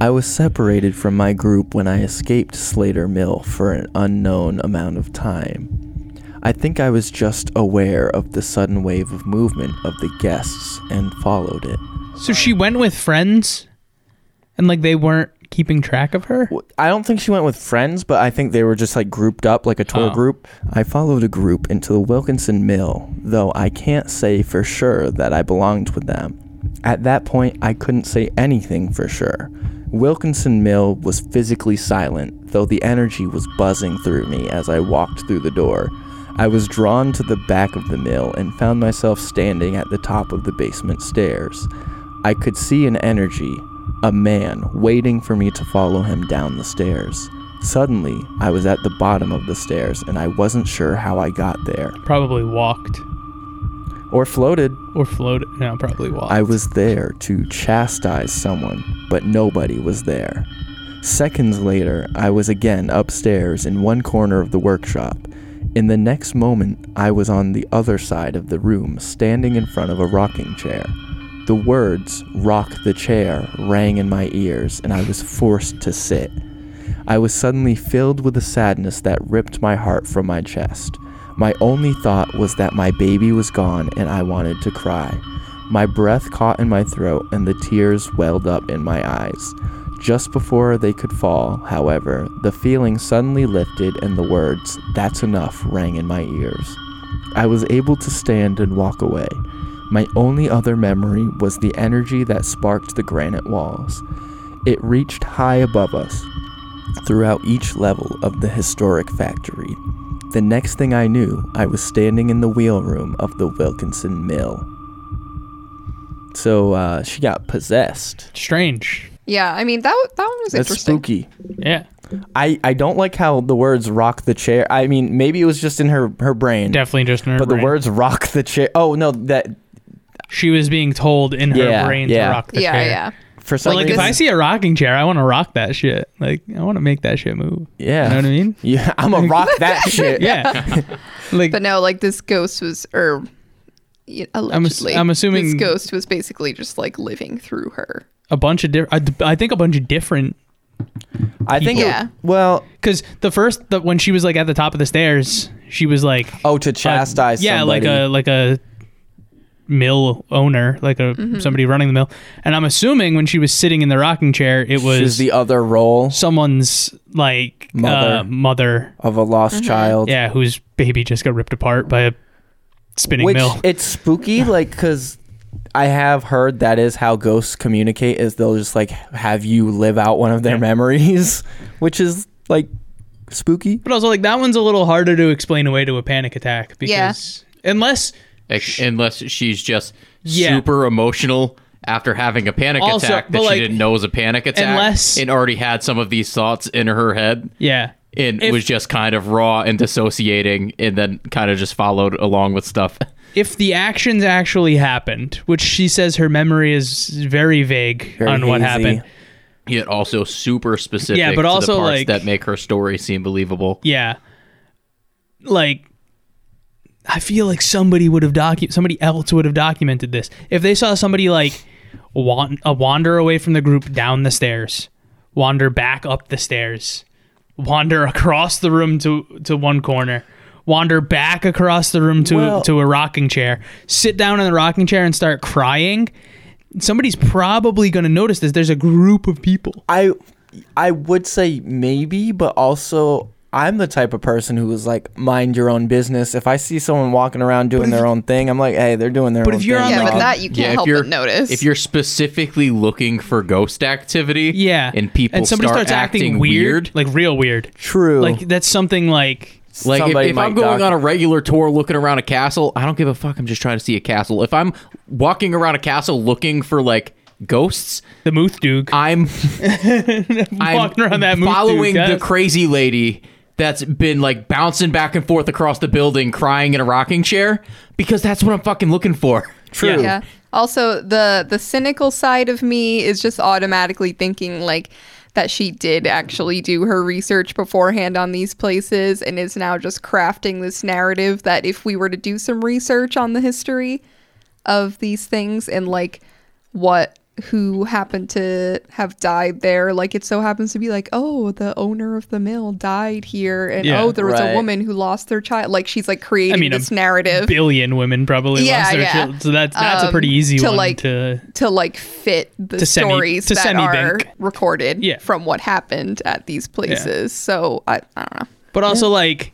I was separated from my group when I escaped Slater Mill for an unknown amount of time. I think I was just aware of the sudden wave of movement of the guests and followed it. So she went with friends, and like they weren't keeping track of her. Well, I don't think she went with friends, but I think they were just like grouped up like a Oh. tour group. I followed a group into the Wilkinson Mill, though I can't say for sure that I belonged with them. At that point, I couldn't say anything for sure. Wilkinson Mill was physically silent, though the energy was buzzing through me as I walked through the door. I was drawn to the back of the mill and found myself standing at the top of the basement stairs. I could see an energy, a man, waiting for me to follow him down the stairs. Suddenly, I was at the bottom of the stairs and I wasn't sure how I got there. Probably walked Or floated. or floated. No, probably walked. I was there to chastise someone, but nobody was there. Seconds later, I was again upstairs in one corner of the workshop. In the next moment, I was on the other side of the room, standing in front of a rocking chair. The words, rock the chair, rang in my ears, and I was forced to sit. I was suddenly filled with a sadness that ripped my heart from my chest. My only thought was that my baby was gone and I wanted to cry. My breath caught in my throat and the tears welled up in my eyes. Just before they could fall, however, the feeling suddenly lifted and the words, That's enough, rang in my ears. I was able to stand and walk away. My only other memory was the energy that sparked the granite walls. It reached high above us, throughout each level of the historic factory. The next thing I knew, I was standing in the wheel room of the Wilkinson Mill. So uh, she got possessed. Strange. Yeah, I mean that that one was That's interesting. spooky. Yeah. I, I don't like how the words rock the chair. I mean, maybe it was just in her, her brain. Definitely just in her But brain. the words rock the chair. Oh, no, that she was being told in her Yeah, brain yeah. to rock the yeah, chair. yeah. for some But like, reason. if I see a rocking chair, I want to rock that shit. Like, I want to make that shit move. yeah. You know what I mean? Yeah, I'm going to rock that shit. Yeah. like, But no, like this ghost was, or y- allegedly, I'm assuming- this ghost was basically just like living through her. a bunch of different, I think a bunch of different I think, it- Yeah. well, Because the first, the, when she was like at the top of the stairs, she was like, oh, to chastise Uh, yeah, somebody. like a like a mill owner, like a Mm-hmm. somebody running the mill. And I'm assuming when she was sitting in the rocking chair, it She's was the other role someone's like mother, Mother. uh, mother, of a lost Mm-hmm. child. yeah, whose baby just got ripped apart by a spinning Which mill. it's spooky, like because I have heard that is how ghosts communicate is they'll just like have you live out one of their memories, which is like spooky. but also, like that one's a little harder to explain away to a panic attack because unless Ex- unless she's just Yeah. super emotional after having a panic Also, attack but, that like, she didn't know was a panic attack unless- and already had some of these thoughts in her head yeah, and If- was just kind of raw and dissociating and then kind of just followed along with stuff. if the actions actually happened, which she says her memory is very vague Very on what hazy. happened. Yet also super specific Yeah, but to the also, parts like- that make her story seem believable. Yeah. Like I feel like somebody would have docu- somebody else would have documented this. If they saw somebody like wan- uh, wander away from the group down the stairs, wander back up the stairs, wander across the room to to one corner, wander back across the room to Well- to a rocking chair, sit down in the rocking chair and start crying, somebody's probably going to notice this. There's a group of people. I I would say maybe, but also I'm the type of person who is like mind your own business. If I see someone walking around doing their own thing, I'm like, hey, they're doing their But own if you're thing. on, Yeah, like, but a- Rob." that you can't help but notice. If you're specifically looking for ghost activity, Yeah. and people somebody start starts acting, weird, like real weird. true, Like that's something like Like if- somebody if, I'm might going doc- on a regular tour looking around a castle, I don't give a fuck. I'm just trying to see a castle. If I'm walking around a castle looking for like ghosts, the Muth Duke I'm I'm walking around that Muth following Duke, the yes. crazy lady that's been like bouncing back and forth across the building, crying in a rocking chair because that's what I'm fucking looking for. true. yeah. Also, the the cynical side of me is just automatically thinking like that she did actually do her research beforehand on these places and is now just crafting this narrative that if we were to do some research on the history of these things and like what who happened to have died there like it so happens to be like oh the owner of the mill died here and Yeah. oh there was Right. a woman who lost their child like she's like creating I mean, a this narrative billion women probably Yeah, lost their yeah. children. So that's that's a Um, pretty easy to, one like- to to like fit the To semi- stories to that semi-bank. are recorded Yeah. from what happened at these places. So I, I don't know. But also like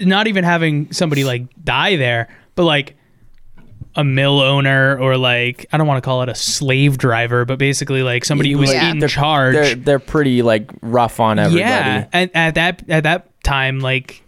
not even having somebody like die there, but like a mill owner or like I don't want to call it a slave driver, but basically like somebody who was Yeah. in They're- charge. They're they're pretty like rough on everybody. Yeah, and at that at that time, like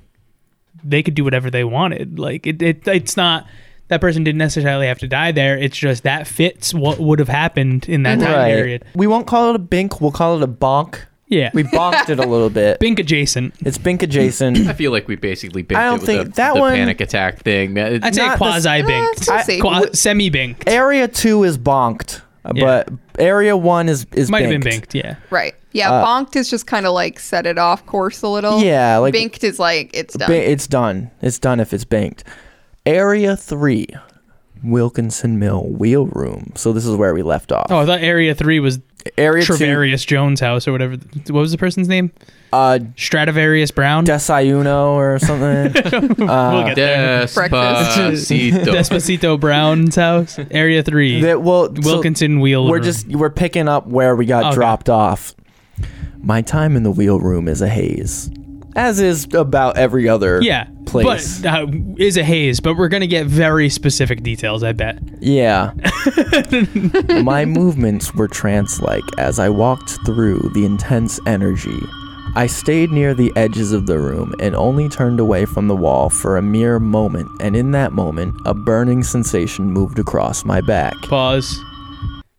they could do whatever they wanted. Like it, it it's not that person didn't necessarily have to die there. It's just that fits what would have happened in that time period. We won't call it a bink. We'll call it a bonk. Yeah, We bonked it a little bit. bink adjacent. It's bink adjacent. I feel like we basically baked I don't it with think- the, that the one- panic attack thing. That- I'd say Not the- Uh, quasi binked, Eh, it's Qua- okay. semi binked. area two is bonked, uh, Yeah. but area one is is Might binked. have been binked. Yeah, Right. Yeah. bonked is just kind of like set it off course a little. Uh, Yeah, like- binked is like it's done. Ba- it's done. It's done if it's banked. Area three, Wilkinson Mill wheel room. So this is where we left off. Oh, I thought Area Three was Area Travarius Jones house or whatever. What was the person's name? two, uh, Stradivarius Brown. Desayuno or something. we'll get there. Despacito. Despacito Brown's house, Area Three, that, well, so Wilkinson Wheel. We're Room. just we're picking up where we got Okay. dropped off. My time in the wheel room is a haze, as is about every other yeah, place. but uh, is a haze. But we're gonna get very specific details. I bet. Yeah. My movements were trance like as I walked through the intense energy. I stayed near the edges of the room and only turned away from the wall for a mere moment, and in that moment, a burning sensation moved across my back. Pause.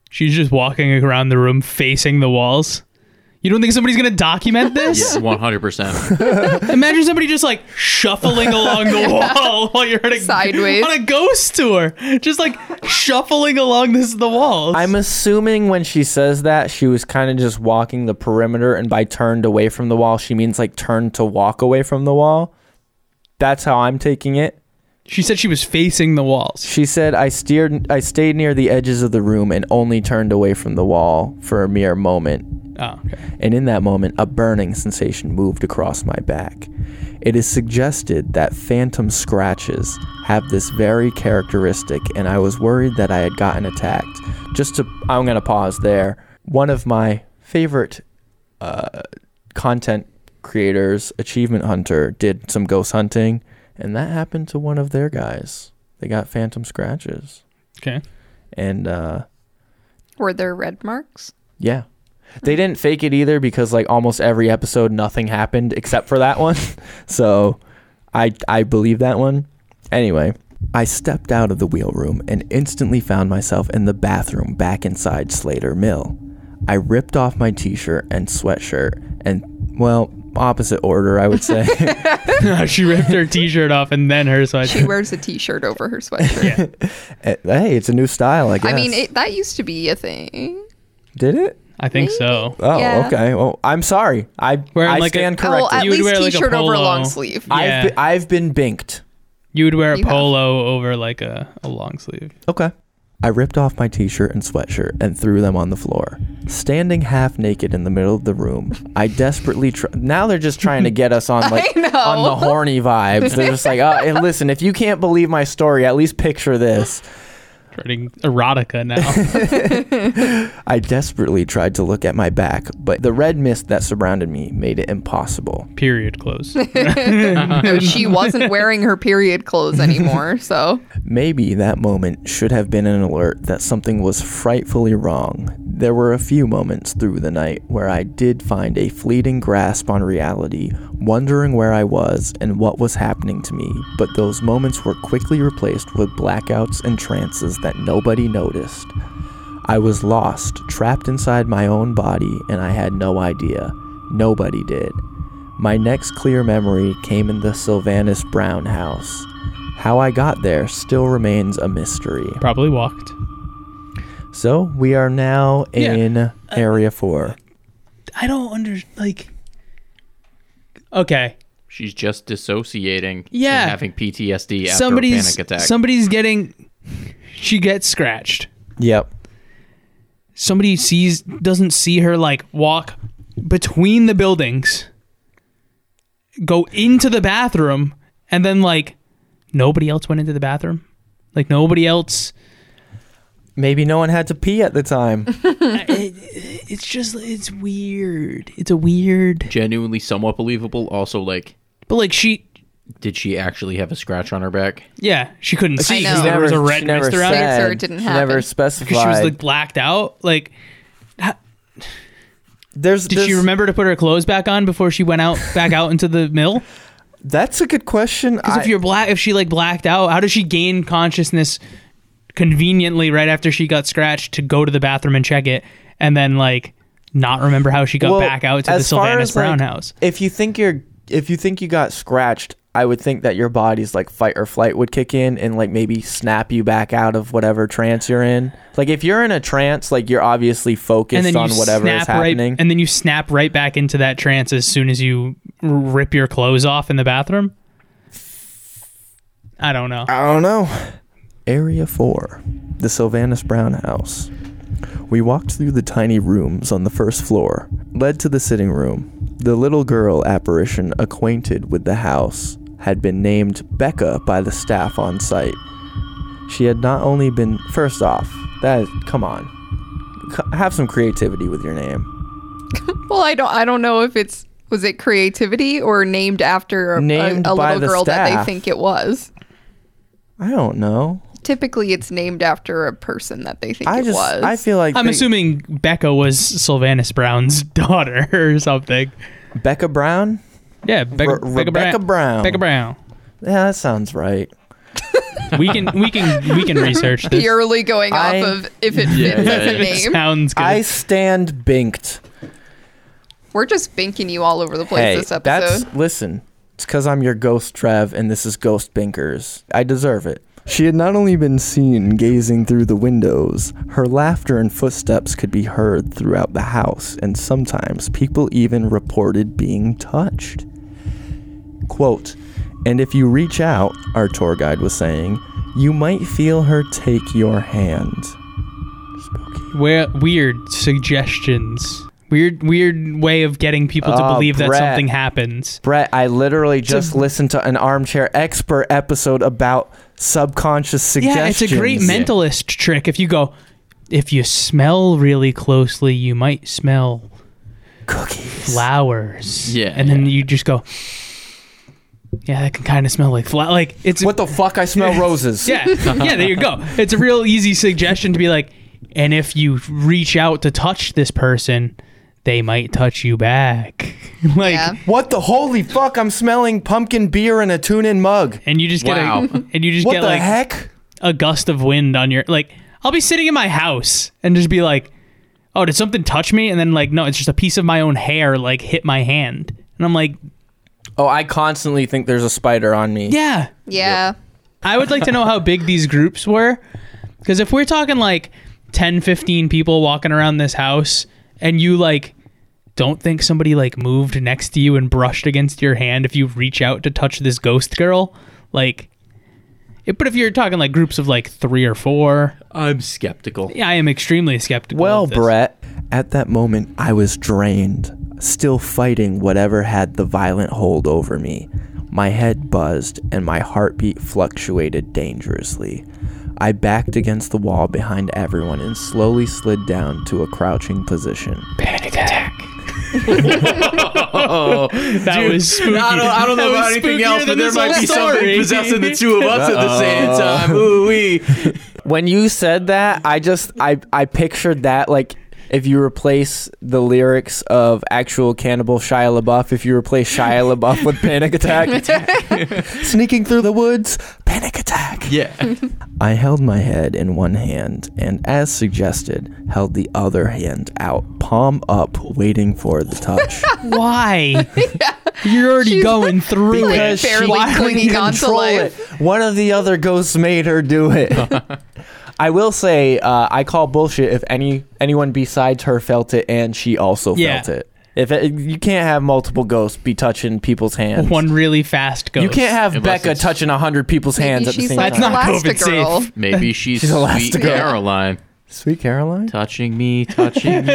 She's just walking around the room, facing the walls. You don't think somebody's gonna document this? One hundred percent. Imagine somebody just like shuffling along the wall while you're at a, Sideways. on a ghost tour, just like shuffling along this the walls. I'm assuming when she says that, she was kind of just walking the perimeter, and by turned away from the wall, she means like turned to walk away from the wall. That's how I'm taking it. she said she was facing the walls. She said, I steered I stayed near the edges of the room and only turned away from the wall for a mere moment. Oh, okay. And in that moment, a burning sensation moved across my back. It is suggested that phantom scratches have this very characteristic, and I was worried that I had gotten attacked. Just to, I'm going to pause there. One of my favorite uh, content creators, Achievement Hunter, did some ghost hunting, and that happened to one of their guys. They got phantom scratches, Okay. and uh, Were there red marks? yeah, they didn't fake it either because like almost every episode, nothing happened except for that one. so, I I believe that one. Anyway, I stepped out of the wheel room and instantly found myself in the bathroom back inside Slater Mill. I ripped off my t-shirt and sweatshirt and well, opposite order, I would say. she ripped her t-shirt off and then her sweatshirt. She wears a t-shirt over her sweatshirt. Uh, Hey, it's a new style, I guess. I mean, it, that used to be a thing. did it? I think so. Oh, Yeah. okay. Well, I'm sorry. I Wearing I like a- stand Oh, well, corrected. at You would least wear, like, a t-shirt over a polo. long sleeve. I- I've yeah. been, I've been binked. You would wear a You have- polo over like a, a long sleeve. Okay. I ripped off my t-shirt and sweatshirt and threw them on the floor. Standing half naked in the middle of the room, I desperately tr- now they're just trying to get us on like know. on the horny vibes. They're just like, "Oh, hey, listen, if you can't believe my story, at least picture this." Writing erotica now. I desperately tried to look at my back, but the red mist that surrounded me made it impossible. Period. Close. no, she wasn't wearing her period clothes anymore. So Maybe that moment should have been an alert that something was frightfully wrong. There were a few moments through the night where I did find a fleeting grasp on reality, wondering where I was and what was happening to me, but those moments were quickly replaced with blackouts and trances that nobody noticed. I was lost, trapped inside my own body, and I had no idea. Nobody did. My next clear memory came in the Sylvanus Brown house. How I got there still remains a mystery. Probably walked. So we are now Yeah. Uh, in Area 4. I don't under like. Okay. She's just dissociating. Yeah. And having PTSD after somebody's a panic attack. somebody's getting. She gets scratched. Yep. Somebody sees doesn't see her like walk between the buildings, go into the bathroom, and then like nobody else went into the bathroom. Like nobody else. Maybe no one had to pee at the time. It's just it's weird. It's a weird. Genuinely somewhat believable. Also, like, But like she, did she actually have a scratch on her back? yeah, she couldn't see know. because She there was a never- red she never mist around her. said. So it didn't she never happen. Because she was specified. like blacked out. Like, There's, did this- she remember to put her clothes back on before she went out back out into the mill? That's a good question. Because if I- you're black, if she like blacked out, how does she gain consciousness conveniently right after she got scratched to go to the bathroom and check it, and then like not remember how she got Well, back out to the as far Sylvanus as, like, Brown house? If you think you're if you think you got scratched, I would think that your body's like fight or flight would kick in and like maybe snap you back out of whatever trance you're in. Like if you're in a trance, like you're obviously And focused then on you whatever snap is happening. right, and then you snap right back into that trance as soon as you r- rip your clothes off in the bathroom. I don't know. I don't know. Area 4, the Sylvanus Brown house. We walked through the tiny rooms on the first floor, led to the sitting room. The little girl apparition acquainted with the house had been named Becca by the staff on site. She had not only been first off, that is, come on. C- Have some creativity with your name. Well, I don't I don't know if it's was it creativity or named after a, Named a, a by little the girl that staff. they think it was. I don't know. Typically, it's named after a person that they think I it just was. I feel like I'm they- assuming Becca was Sylvanus Brown's daughter or something. Becca Brown? Yeah, Becca, Re- Becca, Rebecca Brown. Becca Brown. Yeah, that sounds right. We can we can we can research this. Uh, purely going I- off of if it fits Yeah, yeah, as a yeah. It name. sounds good. I stand binked. We're just binking you all over the place Hey, this episode. that's listen. It's because I'm your ghost, Trev, and this is Ghost Binkers. I deserve it. She had not only been seen gazing through the windows, her laughter and footsteps could be heard throughout the house, and sometimes people even reported being touched. Quote, and if you reach out, our tour guide was saying, you might feel her take your hand. Spooky. Where weird suggestions. Weird weird way of getting people to Oh, believe that Brett. something happens. Brett, I literally just listened to an armchair expert episode about subconscious suggestions. Yeah, it's a great mentalist trick. If you go, if you smell really closely, you might smell Cookies. flowers. Yeah, and then yeah. you just go, yeah, that can kind of smell like flower. Like it's What the fuck? I smell roses. yeah, yeah. There you go. It's a real easy suggestion to be like, and if you reach out to touch this person, they might touch you back. like. yeah. What the holy fuck? I'm smelling pumpkin beer in a tune-in mug. And you just get Wow. a, and you just What get the like heck? a gust of wind on your like I'll be sitting in my house and just be like, "Oh, did something touch me?" And then like, "No, it's just a piece of my own hair like hit my hand." And I'm like, Oh, I constantly think there's a spider on me. "Yeah, Yeah. I would like to know how big these groups were because if we're talking like 10, 15 people walking around this house and you like don't think somebody like moved next to you and brushed against your hand if you reach out to touch this ghost girl, like it, but if you're talking like groups of like 3 or 4, I'm skeptical. Yeah, I am extremely skeptical. Well, of this. Brett, at that moment, I was drained, still fighting whatever had the violent hold over me. My head buzzed and my heartbeat fluctuated dangerously. I backed against the wall behind everyone and slowly slid down to a crouching position. panic attack. that was spooky. I don't, I don't That know about was anything spookier else, but than there this might whole be story. something possessing the two of us at the same time. Ooh wee. When you said that, I just I I pictured that like if you replace the lyrics of actual cannibal Shia LaBeouf, if you replace Shia LaBeouf with panic attack, sneaking through the woods, panic attack. Yeah. I held my head in one hand and, as suggested, held the other hand out, palm up, waiting for the touch. Why? You're already She's going through like, it. Because barely Why would clinging you- on to life. One of the other ghosts made her do it. I will say, uh, I call bullshit if any anyone besides her felt it and she also Yeah. felt it. If it, you can't have multiple ghosts be touching people's hands, One really fast ghost. you can't have Unless Becca it's- touching hundred people's hands at the she's same like That's time. not COVID Elastigirl. safe. Maybe she's, She's sweet Elastigirl. Caroline. Sweet Caroline, Touching me, touching me.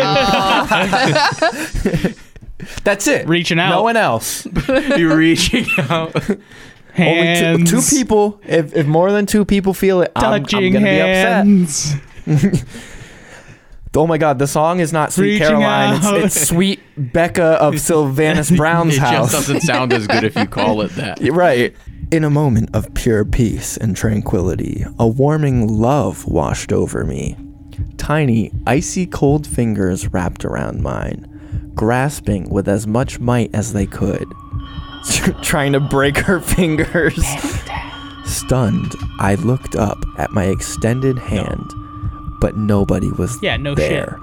that's it. Reaching out. No one else. You're reaching out. Only Hands. two, two people. If, if more than two people feel it, I'm, I'm touching gonna be upset. hands. Oh my god, the song is not Sweet Reaching Caroline. out. It's, it's Sweet Becca of Sylvanus Brown's it house. just doesn't sound as good if you call it that. Right. In a moment of pure peace and tranquility, a warming love washed over me. Tiny, icy cold fingers wrapped around mine, grasping with as much might as they could, trying to break her fingers. Stunned, I looked up at my extended hand, but nobody was Yeah, no shit. there.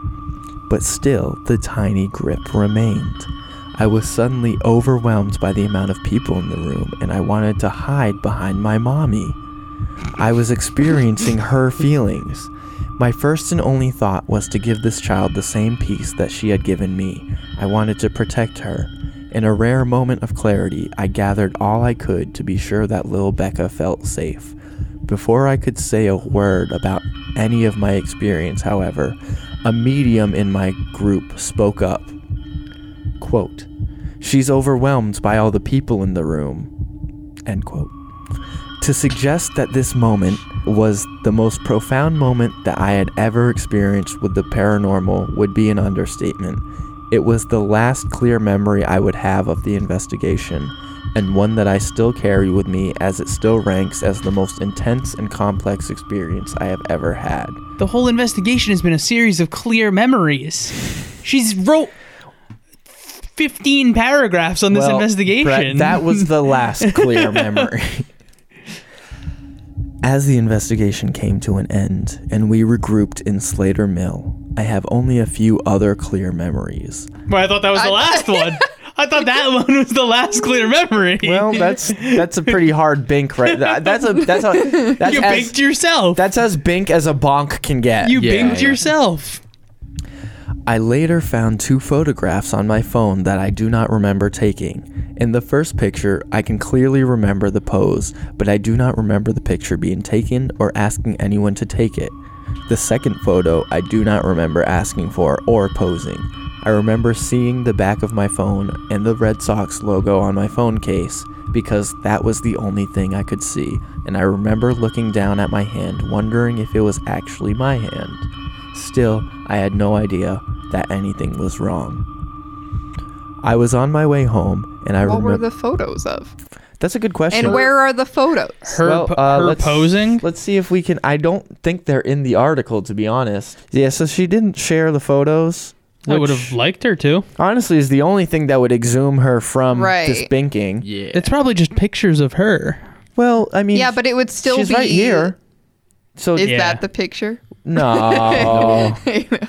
But still, the tiny grip remained. I was suddenly overwhelmed by the amount of people in the room, and I wanted to hide behind my mommy. I was experiencing her feelings. My first and only thought was to give this child the same peace that she had given me. I wanted to protect her. In a rare moment of clarity, I gathered all I could to be sure that little Becca felt safe. Before I could say a word about any of my experience, however, a medium in my group spoke up. Quote, She's overwhelmed by all the people in the room. End quote. To suggest that this moment was the most profound moment that I had ever experienced with the paranormal would be an understatement. It was the last clear memory I would have of the investigation, and one that I still carry with me as it still ranks as the most intense and complex experience I have ever had. The whole investigation has been a series of clear memories. She's wrote 15 paragraphs on this Well, investigation. Brett, that was the last clear memory. As the investigation came to an end and we regrouped in Slater Mill, I have only a few other clear memories. But I thought that was the I- last one. I thought that one was the last clear memory. Well, that's that's a pretty hard bink, right? That- That's a that's a that's you as, binked yourself. that's as bink as a bonk can get. you Yeah, binked yeah. yourself. I later found two photographs on my phone that I do not remember taking. In the first picture, I can clearly remember the pose, but I do not remember the picture being taken or asking anyone to take it. The second photo, I do not remember asking for or posing. I remember seeing the back of my phone and the Red Sox logo on my phone case because that was the only thing I could see, and I remember looking down at my hand wondering if it was actually my hand. Still, I had no idea that anything was wrong. I was on my way home, and I What were remember. the photos of? That's a good question. And where are the photos? Her, Well, po- uh, her let's- posing. Let's see if we can. I don't think they're in the article, to be honest. Yeah, so she didn't share the photos. I would which have liked her to. Honestly, is the only thing that would exhume her from Right. this binking. Yeah. It's probably just pictures of her. Well, I mean, yeah, but it would still she's be right here. So Is Yeah. that the picture? no,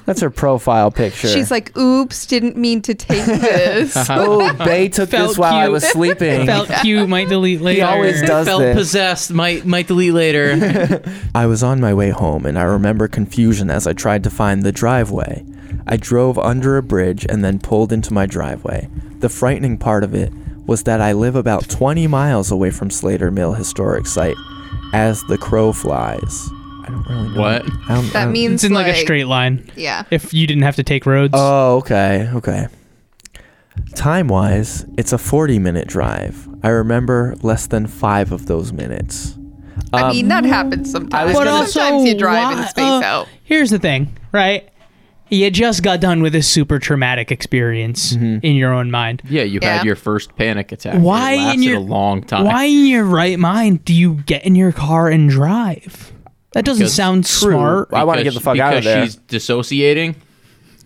that's her profile picture. She's like, "Oops, didn't mean to take this." oh, they took Felt this while I cute. was sleeping. Felt cute. Might delete later. always does felt this. possessed. Might might delete later. I was on my way home and I remember confusion as I tried to find the driveway. I drove under a bridge and then pulled into my driveway. The frightening part of it was that I live about 20 miles away from Slater Mill Historic Site as the crow flies. I don't really know. What? I don't, I That don't- means It's in like, a straight line. Yeah. If you didn't have to take roads. Oh, okay, okay. Time wise, it's a 40 minute drive. I remember less than five of those minutes. Um, I um, mean, that happens I sometimes. was but gonna- also, sometimes you drive why- and space uh, out. Here's the thing, right? You just got done with this super traumatic experience in your own mind. yeah, you Yeah. had your first panic attack. Why it lasted in your a long time? Why in your right mind do you get in your car and drive? That doesn't Because- sound True. smart. I wanna get Because- the fuck outta because there. She's dissociating.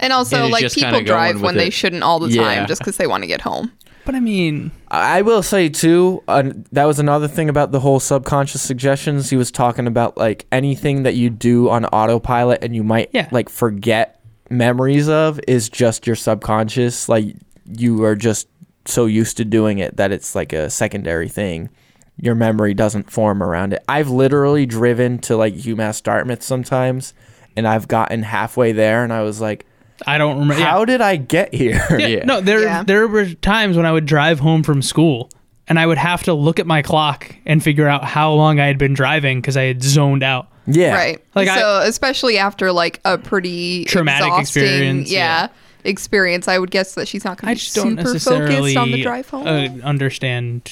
And also, And it's like just people kinda drive going when with they it. shouldn't all the Yeah. time just because they want to get home. But I mean, I will say too, uh, that was another thing about the whole subconscious suggestions. He was talking about like anything that you do on autopilot and you might Yeah. like forget memories of is just your subconscious. Like you are just so used to doing it that it's like a secondary thing. Your memory doesn't form around it. I've literally driven to like UMass Dartmouth sometimes, and I've gotten halfway there, and I was like, I don't remember. "How did I get here?" yeah. Yeah. No, there Yeah. there were times when I would drive home from school and I would have to look at my clock and figure out how long I had been driving because I had zoned out. yeah, Right. Like, I- so, especially after like a pretty Traumatic exhausting, experience, Yeah. yeah. Experience, I would guess that she's not going I to be just don't super necessarily focused on the drive home. Uh, understand.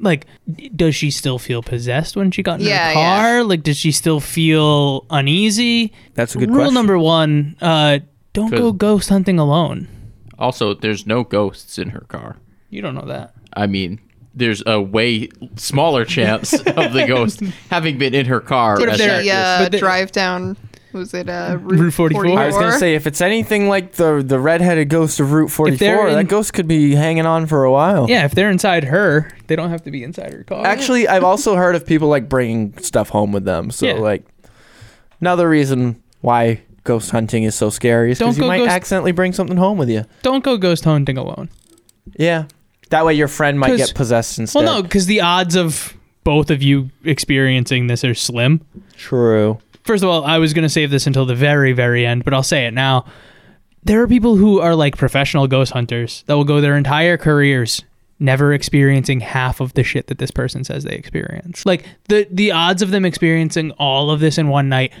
Like, d- does she still feel possessed when she got in Yeah, her yeah. car? Like, does she still feel uneasy? That's a good Rule question. number one: uh, Don't Good. go ghost hunting alone. Also, there's no ghosts in her car. You don't know that. I mean, there's a way smaller chance of the ghost having been in her car. What if as they're- actress. yeah, But the- uh, drive down. Was it uh, Route, Route 44? 44? I was gonna say if it's anything like the the redheaded ghost of Route If they're 44, in- that ghost could be hanging on for a while. Yeah, if they're inside her, they don't have to be inside her car. Actually, I've also heard of people like bringing stuff home with them. So Yeah. like another reason why ghost hunting is so scary is Don't because you go might ghost- accidentally bring something home with you. don't go ghost hunting alone. Yeah. That way your friend might 'Cause- get possessed instead. Well, no, because the odds of both of you experiencing this are slim. True. First of all, I was gonna save this until the very, very end, but I'll say it now. There are people who are like professional ghost hunters that will go their entire careers never experiencing half of the shit that this person says they experience. Like the the odds of them experiencing all of this in one night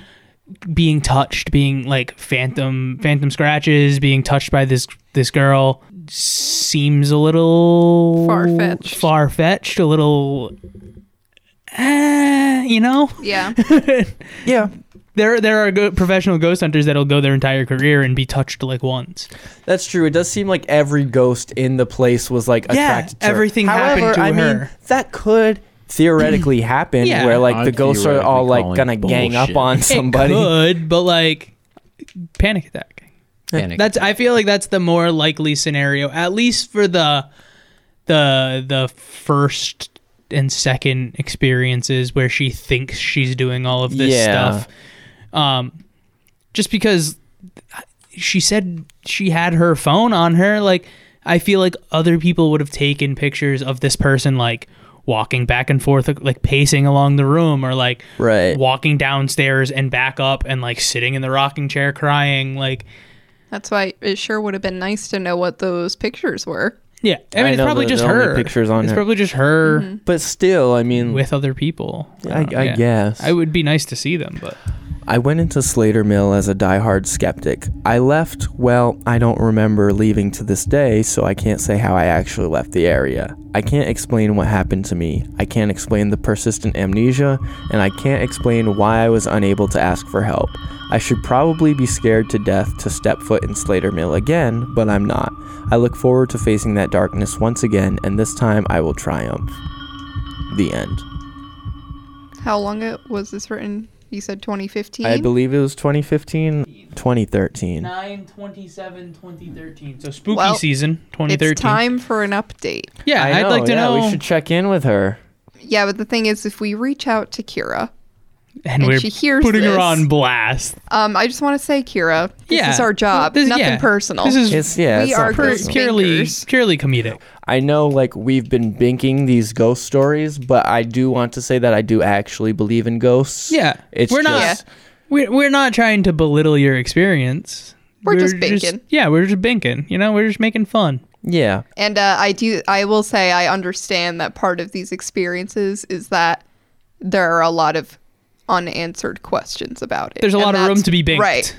being touched, being like phantom phantom scratches, being touched by this this girl seems a little Far-fetched. far fetched, a little, eh, you know. Yeah. Yeah, There there are go- professional ghost hunters that'll go their entire career and be touched like once. that's true. It does seem like every ghost in the place was like Yeah, attracted to her. everything happened However, to I mean, her. that could theoretically happen Yeah. where like the I'm ghosts are all theoretically like calling gonna gang up bullshit. on somebody. It could, but like panic attack. Panic. That's I feel like that's the more likely scenario, at least for the the the first and second experiences where she thinks she's doing all of this Yeah. stuff. Um, just because she said she had her phone on her, like I feel like other people would have taken pictures of this person like walking back and forth like pacing along the room or like Right. walking downstairs and back up and like sitting in the rocking chair crying like That's why it sure would have been nice to know what those pictures were. Yeah, I I mean it's know probably the- just the only her. pictures on it's her. probably just her Mm-hmm. But still, I mean, with other people. I- don't know, I guess. I would be nice to see them, but I went into Slater Mill as a diehard skeptic. I left, well, I don't remember leaving to this day, so I can't say how I actually left the area. I can't explain what happened to me. I can't explain the persistent amnesia, and I can't explain why I was unable to ask for help. I should probably be scared to death to step foot in Slater Mill again, but I'm not. I look forward to facing that darkness once again, and this time I will triumph. The end. How long it was this written? You said 2015. I believe it was 2015, 2013. 927 2013. So spooky Well, season 2013. It's time for an update. Yeah, I I'd know, like to yeah, know. We should check in with her. Yeah, but the thing is, if we reach out to Kira, and, and we're she hears putting this. her on blast. um, I just want to say, Kira, this yeah. is our job. This- Nothing yeah. personal. This is It's yeah. We it's not are pur- personal. ghost purely fingers. purely comedic. I know, like we've been binking these ghost stories, but I do want to say that I do actually believe in ghosts. Yeah. it's we're just, not we're, we're not trying to belittle your experience. We're just binking. Yeah, we're just binking. You know, we're just making fun. yeah. And uh, I do. I will say I understand that part of these experiences is that there are a lot of unanswered questions about it. There's a And lot of room that's- to be binked. Right.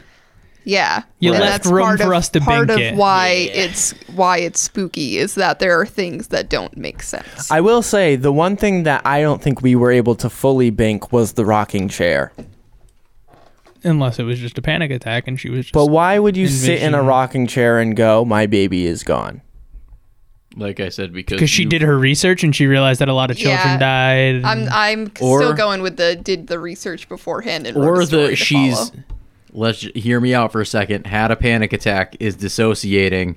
Yeah. You And left that's room part for of- us to part bink of it. why it's why it's spooky is that there are things that don't make sense. I will say the one thing that I don't think we were able to fully bink was the rocking chair. Unless it was just a panic attack and she was just But why would you sit in a Envision. rocking chair and go, "My baby is gone"? like I said, because because she you- did her research and she realized that a lot of children Yeah. died. I'm I'm Or- still going with the did the research beforehand and wrote or a story the to she's follow. let's ju- hear me out for a second had a panic attack is dissociating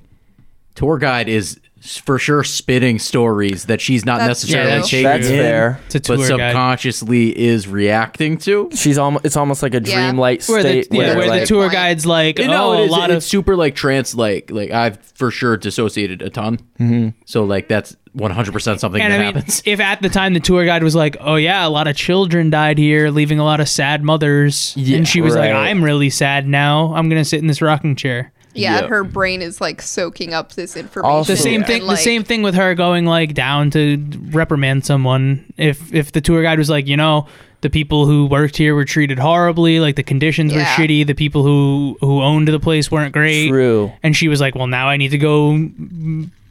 tour guide is s- for sure spitting stories that she's not That's necessarily Yeah, that's taking That's in, fair. It's a but tour guide. subconsciously is reacting to She's almost. It's almost like a Yeah. dreamlight where the, state yeah, where, where the like, Good tour point. guide's like, You oh, know, it a is- lot it's of super like trance like like I've for sure dissociated a ton. Mm-hmm. So like that's 100% something and that I mean, happens. if at the time the tour guide was like, "Oh yeah, a lot of children died here, leaving a lot of sad mothers," Yeah, and she was like, right. "I'm really sad now. I'm gonna sit in this rocking chair." yeah, and Yeah. her brain is like soaking up this information. Also- The same and, thing. like, the same thing with her going like down to reprimand someone. If if the tour guide was like, you know, the people who worked here were treated horribly, like the conditions were Yeah. shitty, the people who who owned the place weren't great. True. And she was like, well, now I need to go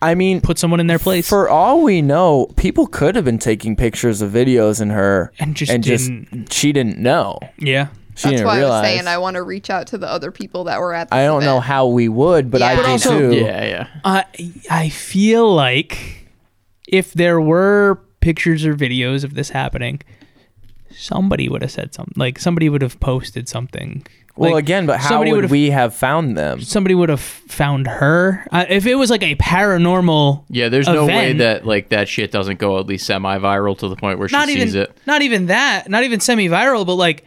I mean, put someone in their place. For all we know, people could have been taking pictures of videos in her And just didn't- she didn't know. yeah. She That's didn't why realize. I was saying I want to reach out to the other people that were at. This I don't know event. how we would, but I Yeah. do But also- too. yeah, yeah. I I feel like if there were pictures or videos of this happening, somebody would have said something. Like somebody would have posted something. Well, Like, again, but how somebody would would've- we have found them? somebody would have found her. Uh, if it was like a paranormal, Yeah, there's no way event- that like that shit doesn't go at least semi-viral to the point where she not sees even it. not even that, not even semi-viral, but like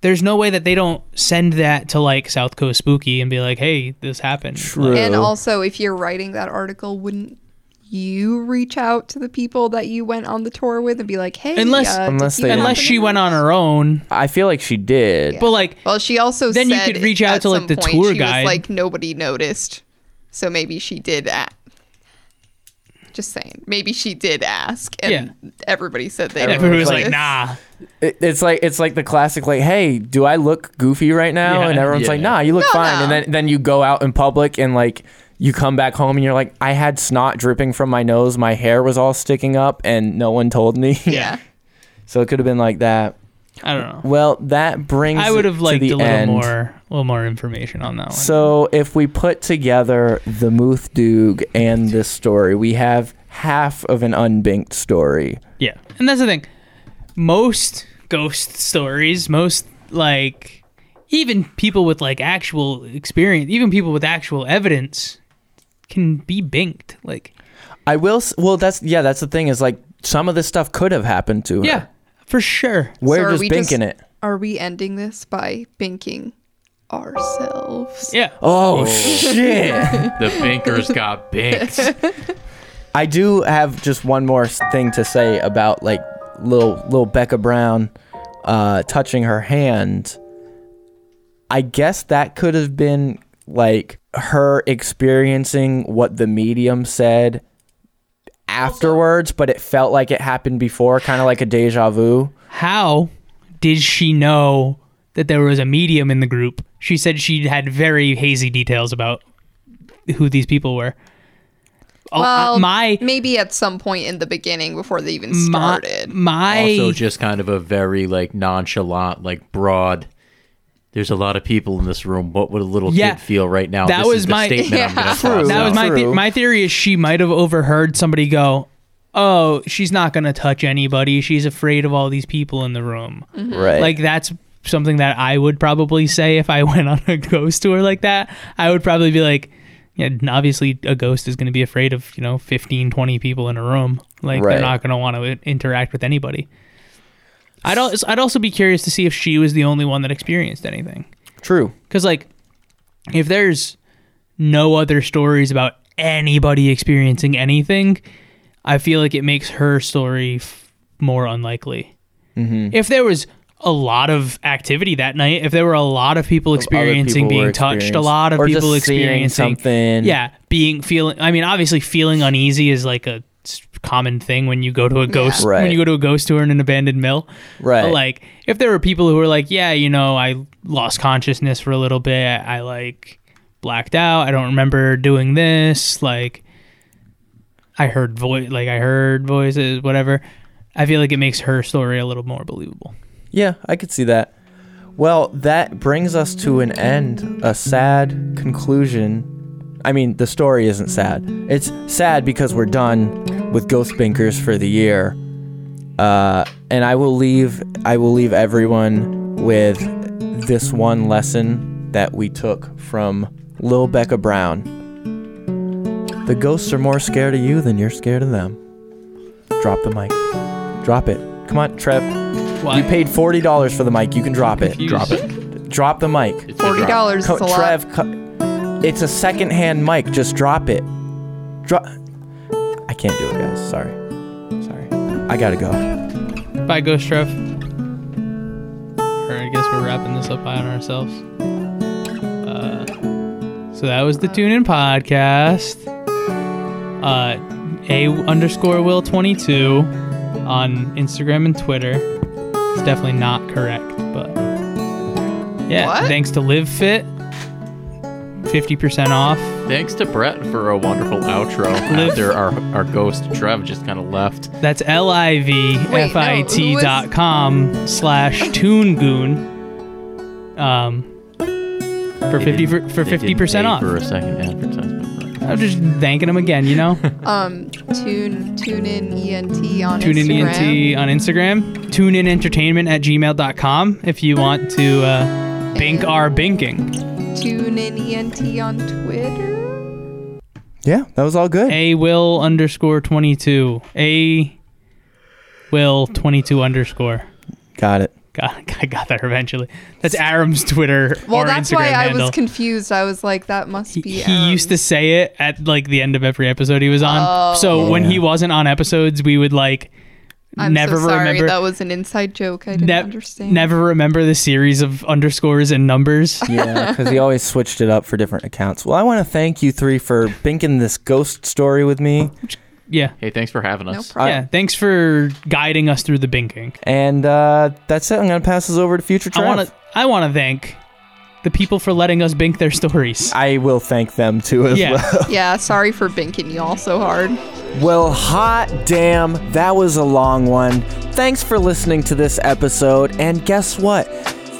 there's no way that they don't send that to like South Coast Spooky and be like, "Hey, this happened." True. And also, if you're writing that article, wouldn't you reach out to the people that you went on the tour with and be like, "Hey, Unless- uh, did Unless you they- happen Unless to she know went on her own, I feel like she did. but like Well, she also Then you said could reach out at to, like, some the point tour she guide. Was like nobody noticed, so maybe she did. At, Just saying. Maybe she did ask, and Yeah. everybody said they. And were everybody was like, racist. nah. It, it's like it's like the classic like, hey, do I look goofy right now? Yeah. and everyone's like, Yeah. nah, you look No, fine. no. And then then you go out in public and like you come back home and you're like, I had snot dripping from my nose, my hair was all sticking up, and no one told me. Yeah. so it could have been like that. I don't know. Well, that brings. I would it have to liked a the little end. more, a little more information on that one. So if we put together the Moothdug and this story, we have half of an unbinked story. Yeah. And that's the thing. Most ghost stories, most like even people with like actual experience, even people with actual evidence can be binked. Like I will. s- Well, that's yeah. That's the thing is like some of this stuff could have happened to her. yeah, for sure. we're So are just we binking it. Are we ending this by binking ourselves? Yeah. Oh shit! The bankers got banked. I do have just one more s- thing to say about like little little Becca Brown uh, touching her hand. I guess that could have been like her experiencing what the medium said afterwards, but it felt like it happened before, kind of like a deja vu. How did she know that there was a medium in the group? She said she had very hazy details about who these people were. Oh, uh, Well, my maybe at some point in the beginning before they even my started. my also, just kind of a very like nonchalant, like broad. There's a lot of people in this room. What would a little Yeah. kid feel right now? That This was is the my- statement. I'm Yeah. gonna True. toss That That out. was my the- True. my theory is she might have overheard somebody go, "Oh, she's not going to touch anybody. She's afraid of all these people in the room." Right. Mm-hmm. Like that's something that I would probably say if I went on a ghost tour like that. I would probably be like, yeah, obviously a ghost is going to be afraid of, you know, 15, 20 people in a room. Like Right. they're not going to want to interact with anybody. I'd al- I'd also be curious to see if she was the only one that experienced anything. true. Because, like, if there's no other stories about anybody experiencing anything, I feel like it makes her story f- more unlikely. Mm-hmm. If there was a lot of activity that night, if there were a lot of people other people experiencing were being touched, a lot of experiencing- or people just seeing experiencing something. yeah, being feeling. I mean, obviously, feeling uneasy is like a s- common thing when you go to a ghost Right. when you go to a ghost tour in an abandoned mill. Right. But like if there were people who were like, yeah, you know, I lost consciousness for a little bit. I like blacked out. I don't remember doing this. Like I heard voice, like I heard voices, whatever. I feel like it makes her story a little more believable. Yeah, I could see that. Well, that brings us to an end, a sad conclusion. I mean, the story isn't sad. It's sad because we're done with Ghost Binkers for the year. Uh, and I will leave I will leave everyone with this one lesson that we took from Lil Becca Brown. The ghosts are more scared of you than you're scared of them. Drop the mic. Drop it. Come on, Trev. Why? You paid forty dollars for the mic. You can drop it. Drop it. Drop the mic. It's a Forty drop. dollars Co- is a lot. Trev, co- it's a second-hand mic. Just drop it. Drop. I can't do it, guys. Sorry. Sorry. I gotta go. Bye, Ghost Trev. Or I guess we're wrapping this up by on ourselves. Uh, so that was the Tune In Podcast. Uh, A underscore Will 22 on Instagram and Twitter. It's definitely not correct, but yeah. What? Thanks to Live Fit. 50% off. Thanks to Brett for a wonderful outro. After our our ghost Trev just kind of left. That's L I V F I T Wait, no, who dot com slash Toon Goon. Um, for They fifty for didn't- for they didn't fifty percent pay off. for a second advertisement. I'm just thanking him again, you know. Um, tune tune in ent on Tune in E Instagram. ENT on Instagram. Tune in entertainment at gmail.com if you want to uh, bink our binking. Tune in ent on Twitter. Yeah, that was all good. A will underscore twenty two. A will twenty two underscore. Got it. God, I got there eventually. That's Aram's Twitter Well, or that's Instagram why I handle. was confused. I was like, that must be. he, he used to say it at like the end of every episode he was on. Oh. So when he wasn't on episodes, we would like i never so sorry. remember That was an inside joke. I didn't ne- understand. never remember the series of underscores and numbers. Yeah, because he always switched it up for different accounts. Well, I want to thank you three for binking this ghost story with me. Yeah. Hey, thanks for having us. problem. yeah. Thanks for guiding us through the binking. And uh, that's it. I'm going to pass this over to future Trev. I want to. I want to thank the people for letting us bink their stories. I will thank them too as Yeah. well. Yeah, sorry for binking y'all so hard. Well, hot damn, that was a long one. Thanks for listening to this episode. And guess what?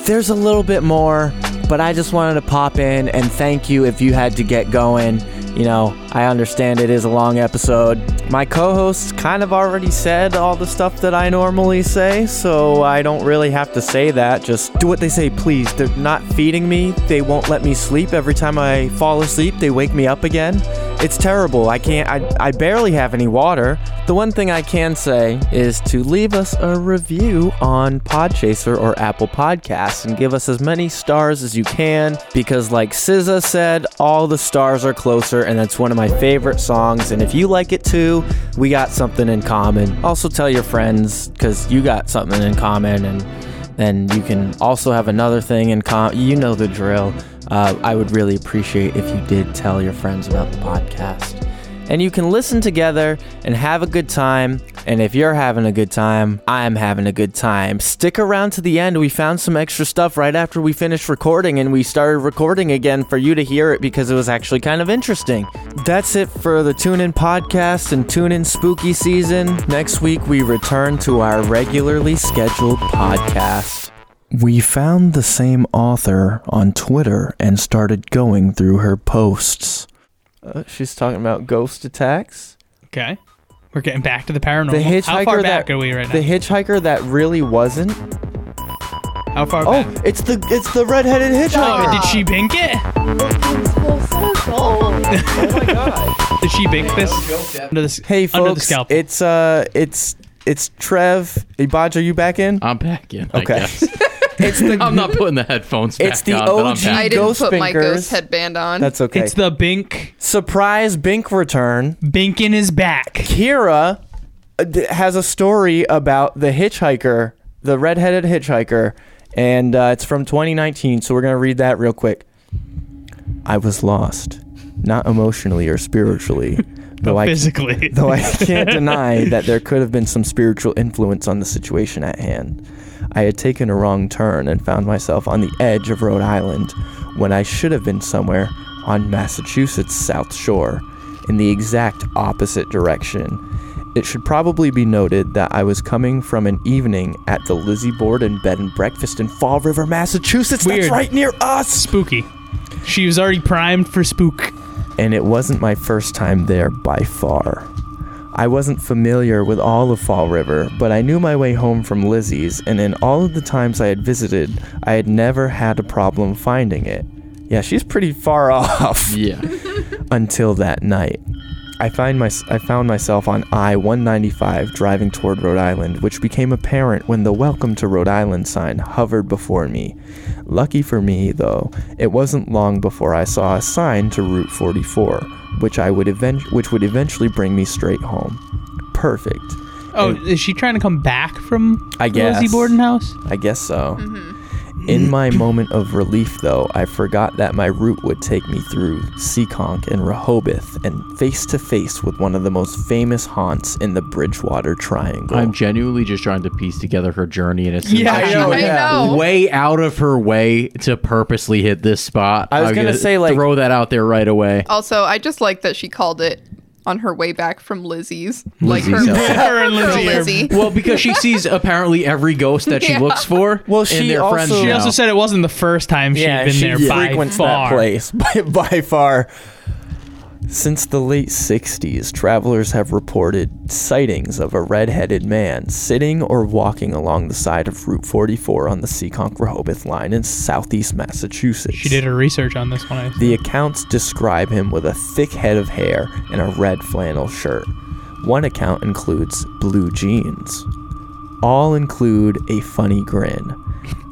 There's a little bit more, but I just wanted to pop in and thank you if you had to get going. You know, I understand it is a long episode. My co host kind of already said all the stuff that I normally say, so I don't really have to say that. Just do what they say, please. They're not feeding me, they won't let me sleep. Every time I fall asleep, they wake me up again. It's terrible. I can't, I, I barely have any water. The one thing I can say is to leave us a review on Podchaser or Apple Podcasts and give us as many stars as you can because, like SZA said, all the stars are closer, and that's one of my favorite songs. And if you like it too, we got something in common. Also, tell your friends because you got something in common and and you can also have another thing in com. You know the drill. Uh, I would really appreciate if you did tell your friends about the podcast. And you can listen together and have a good time. And if you're having a good time, I'm having a good time. Stick around to the end. We found some extra stuff right after we finished recording, and we started recording again for you to hear it because it was actually kind of interesting. That's it for the Tune In podcast and Tune In Spooky season. Next week, we return to our regularly scheduled podcast. We found the same author on Twitter and started going through her posts. Uh, she's talking about ghost attacks. Okay. We're getting back to the paranormal. The hitchhiker How far that back are we right now? the hitchhiker that really wasn't. How far Oh, back? it's the it's the redheaded hitchhiker. Oh, did she bink it? Did she bink this? Under the, s- Hey under the folks, scalpel. it's uh, it's it's Trev. Ibaj, are you back in? Uh, I'm back in. I Okay. guess. it's the I'm not putting the headphones back It's the on, but I'm OG. I back. didn't Ghost put my fingers. ghost headband on. that's okay. It's the bink. surprise Bink return. Binkin is back. Kira uh, d- has a story about the hitchhiker, the redheaded hitchhiker, and uh, it's from 2019. So we're gonna read that real quick. I was lost, not emotionally or spiritually, though I physically. though I can't deny that there could have been some spiritual influence on the situation at hand. I had taken a wrong turn and found myself on the edge of Rhode Island when I should have been somewhere on Massachusetts' South Shore, in the exact opposite direction. It should probably be noted that I was coming from an evening at the Lizzie Borden Bed and Breakfast in Fall River, Massachusetts. Weird. That's right near us! Spooky. She was already primed for spook. and it wasn't my first time there by far. I wasn't familiar with all of Fall River, but I knew my way home from Lizzie's, and in all of the times I had visited, I had never had a problem finding it. Yeah, she's pretty far off Yeah. until that night. I find my I found myself on I-195 driving toward Rhode Island, which became apparent when the "Welcome to Rhode Island" sign hovered before me. Lucky for me, though, it wasn't long before I saw a sign to Route 44, which I would event- which would eventually bring me straight home. Perfect. Oh, is she trying to come back from I Lizzie guess. Borden house? I guess so. In my moment of relief, though, I forgot that my route would take me through Seekonk and Rehoboth and face to face with one of the most famous haunts in the Bridgewater Triangle. I'm genuinely just trying to piece together her journey, and it seems Yeah, like I she know, went yeah. I know. way out of her way to purposely hit this spot. I was I'm gonna say, like- throw that out there right away. Also, I just like that she called it on her way back from Lizzie's. Like her, Lizzie's house. Her and Lizzie are- Lizzie. Well, because she sees apparently every ghost that she Yeah. looks for. Well, and she their friends also- She now. also said it wasn't the first time she had been there by frequents far. that place by, by far. Since the late 60s, travelers have reported sightings of a red-headed man sitting or walking along the side of Route 44 on the Seekonk Rehoboth line in southeast Massachusetts. She did her research on this one. I The accounts describe him with a thick head of hair and a red flannel shirt. One account includes blue jeans. All include a funny grin.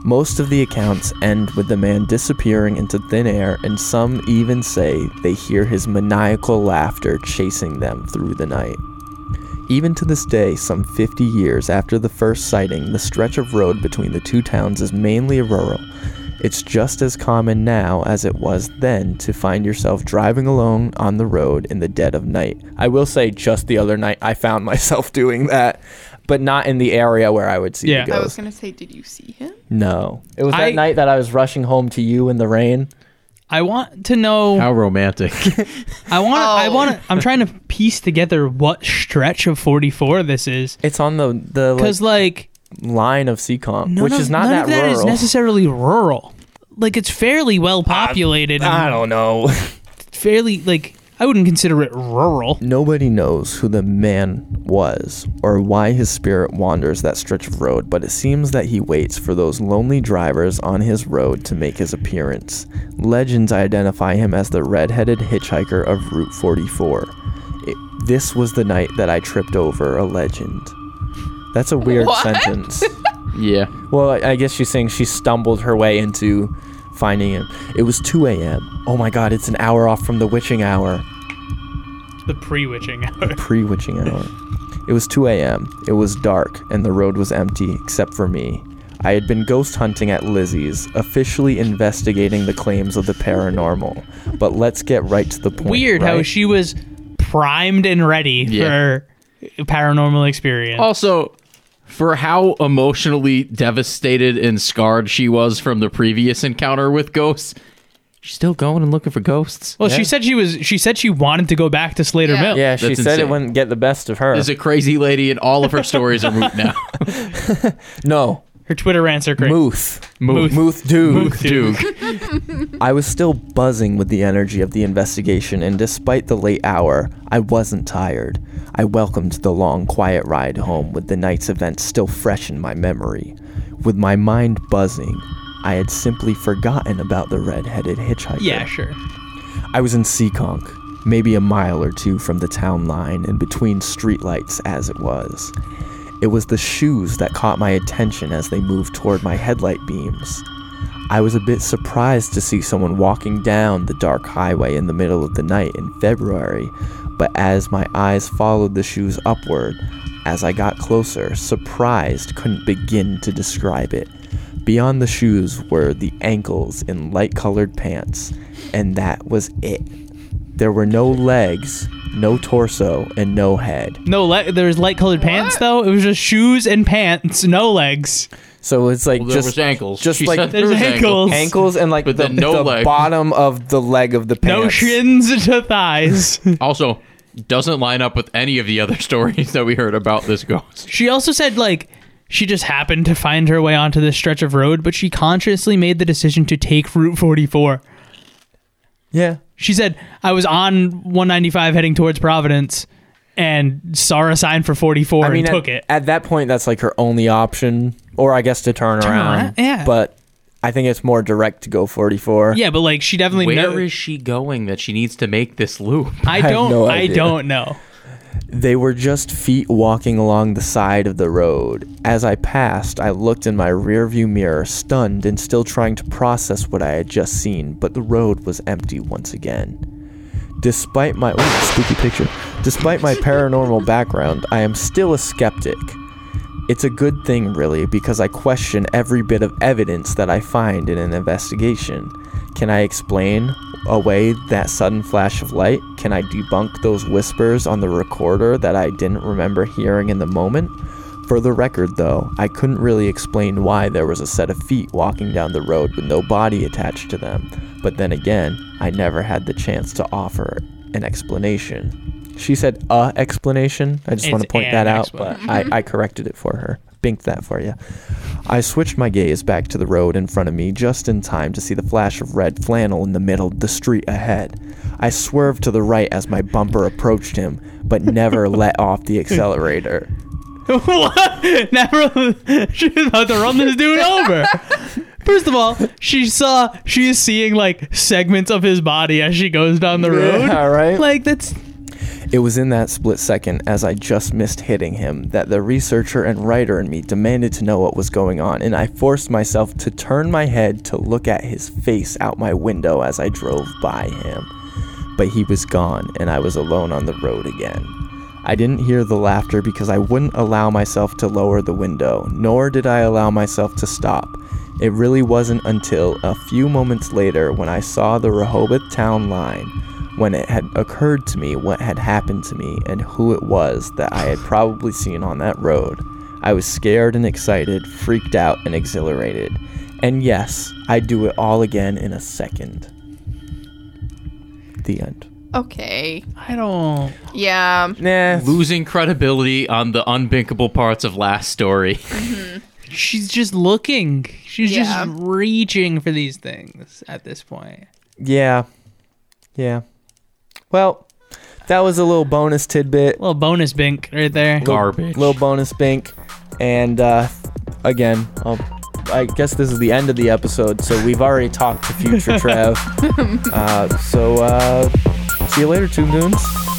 Most of the accounts end with the man disappearing into thin air, and some even say they hear his maniacal laughter chasing them through the night. Even to this day, some 50 years after the first sighting, the stretch of road between the two towns is mainly rural It's just as common now as it was then to find yourself driving alone on the road in the dead of night. I will say, just the other night, I found myself doing that, but not in the area where I would see Yeah. the I I ghost. was gonna say, did you see him? no, it was that I- night that I was rushing home to you in the rain. I want to know. How romantic. I want. to I Oh. want. to I'm trying to piece together what stretch of 44 this is, It's on the the like, because like line of Seacom, none which of, is not none that of that is rural. necessarily rural. Like it's fairly well populated. and I don't know. fairly like I wouldn't consider it rural. Nobody knows who the man was or why his spirit wanders that stretch of road, but it seems that he waits for those lonely drivers on his road to make his appearance. Legends identify him as the red-headed hitchhiker of Route 44. It, this was the night that I tripped over a legend. That's a weird What? sentence. yeah. Well, I I guess she's saying she stumbled her way into finding him. It was 2 a.m. Oh my god, it's an hour off from the witching hour. The pre-witching hour. pre witching hour. It was 2 a.m. It was dark, and the road was empty except for me. I had been ghost hunting at Lizzie's, officially investigating the claims of the paranormal. But let's get right to the point. Weird how right? she was primed and ready Yeah. for paranormal experience. Also, for how emotionally devastated and scarred she was from the previous encounter with ghosts, she's still going and looking for ghosts. well, Yeah. she said she was. She said she wanted to go back to Slater Yeah. Mill. Yeah, she That's said it insane. wouldn't get the best of her. is a crazy lady, and all of her stories are moot now. no, Her Twitter answer great. Muth. Moot. Muth dude. Muth Duke. I was still buzzing with the energy of the investigation, and despite the late hour, I wasn't tired. I welcomed the long, quiet ride home with the night's events still fresh in my memory. With my mind buzzing, I had simply forgotten about the red headed hitchhiker. Yeah, sure. I was in Seekonk, maybe a mile or two from the town line and between streetlights as it was. It was the shoes that caught my attention as they moved toward my headlight beams. I was a bit surprised to see someone walking down the dark highway in the middle of the night in February, but as my eyes followed the shoes upward, as I got closer, surprised couldn't begin to describe it. Beyond the shoes were the ankles in light colored pants, and that was it. There were no legs, no torso, and no head. No, le- there was light-colored pants though. It was just shoes and pants, no legs. So it's like Well, there just was ankles. just She like- said there There's was ankles. ankles and like But the, then no the legs. bottom of the leg of the pants. No shins to thighs. Also, doesn't line up with any of the other stories that we heard about this ghost. She also said like she just happened to find her way onto this stretch of road, but she consciously made the decision to take Route 44. Yeah. She said, "I was on 195 heading towards Providence, and saw a sign for 44 I mean, and took at, it." at that point, that's like her only option, or I guess to turn, around. around, yeah. But I think it's more direct to go 44. yeah, but like she definitely Where knows. is she going that she needs to make this loop? I have don't. no I idea. don't know. They were just feet walking along the side of the road. As I passed, I looked in my rearview mirror, stunned and still trying to process what I had just seen, but the road was empty once again. Despite my ooh, spooky picture, despite my paranormal background, I am still a skeptic. It's a good thing, really, because I question every bit of evidence that I find in an investigation. Can I explain away that sudden flash of light? Can I debunk those whispers on the recorder that I didn't remember hearing in the moment? For the record, though, I couldn't really explain why there was a set of feet walking down the road with no body attached to them, but then again, I never had the chance to offer an explanation. She said a explanation. I just It's want to point an that out, explanation. but I, I corrected it for her. Binked that for you. I switched my gaze back to the road in front of me just in time to see the flash of red flannel in the middle of the street ahead. I swerved to the right as my bumper approached him, but never let off the accelerator. what? Never. She was about to run this dude over. First of all, she saw she is seeing like segments of his body as she goes down the road. Yeah, right? Like that's It was in that split second, as I just missed hitting him, that the researcher and writer in me demanded to know what was going on, and I forced myself to turn my head to look at his face out my window as I drove by him. But he was gone, and I was alone on the road again. I didn't hear the laughter because I wouldn't allow myself to lower the window, nor did I allow myself to stop. It really wasn't until a few moments later when I saw the Rehoboth town line when it had occurred to me what had happened to me and who it was that I had probably seen on that road. I was scared and excited, freaked out and exhilarated. And yes, I'd do it all again in a second. The end. Okay. I don't. Yeah. Nah. Losing credibility on the unbinkable parts of last story. She's just looking. She's Yeah. just reaching for these things at this point. Yeah. Yeah. Well, that was a little bonus tidbit. Little bonus bink right there. Garbage. Little bonus bink. And uh, again, I'll, I guess this is the end of the episode, so we've already talked to future Trev. uh, so uh, see you later, Toon Goons.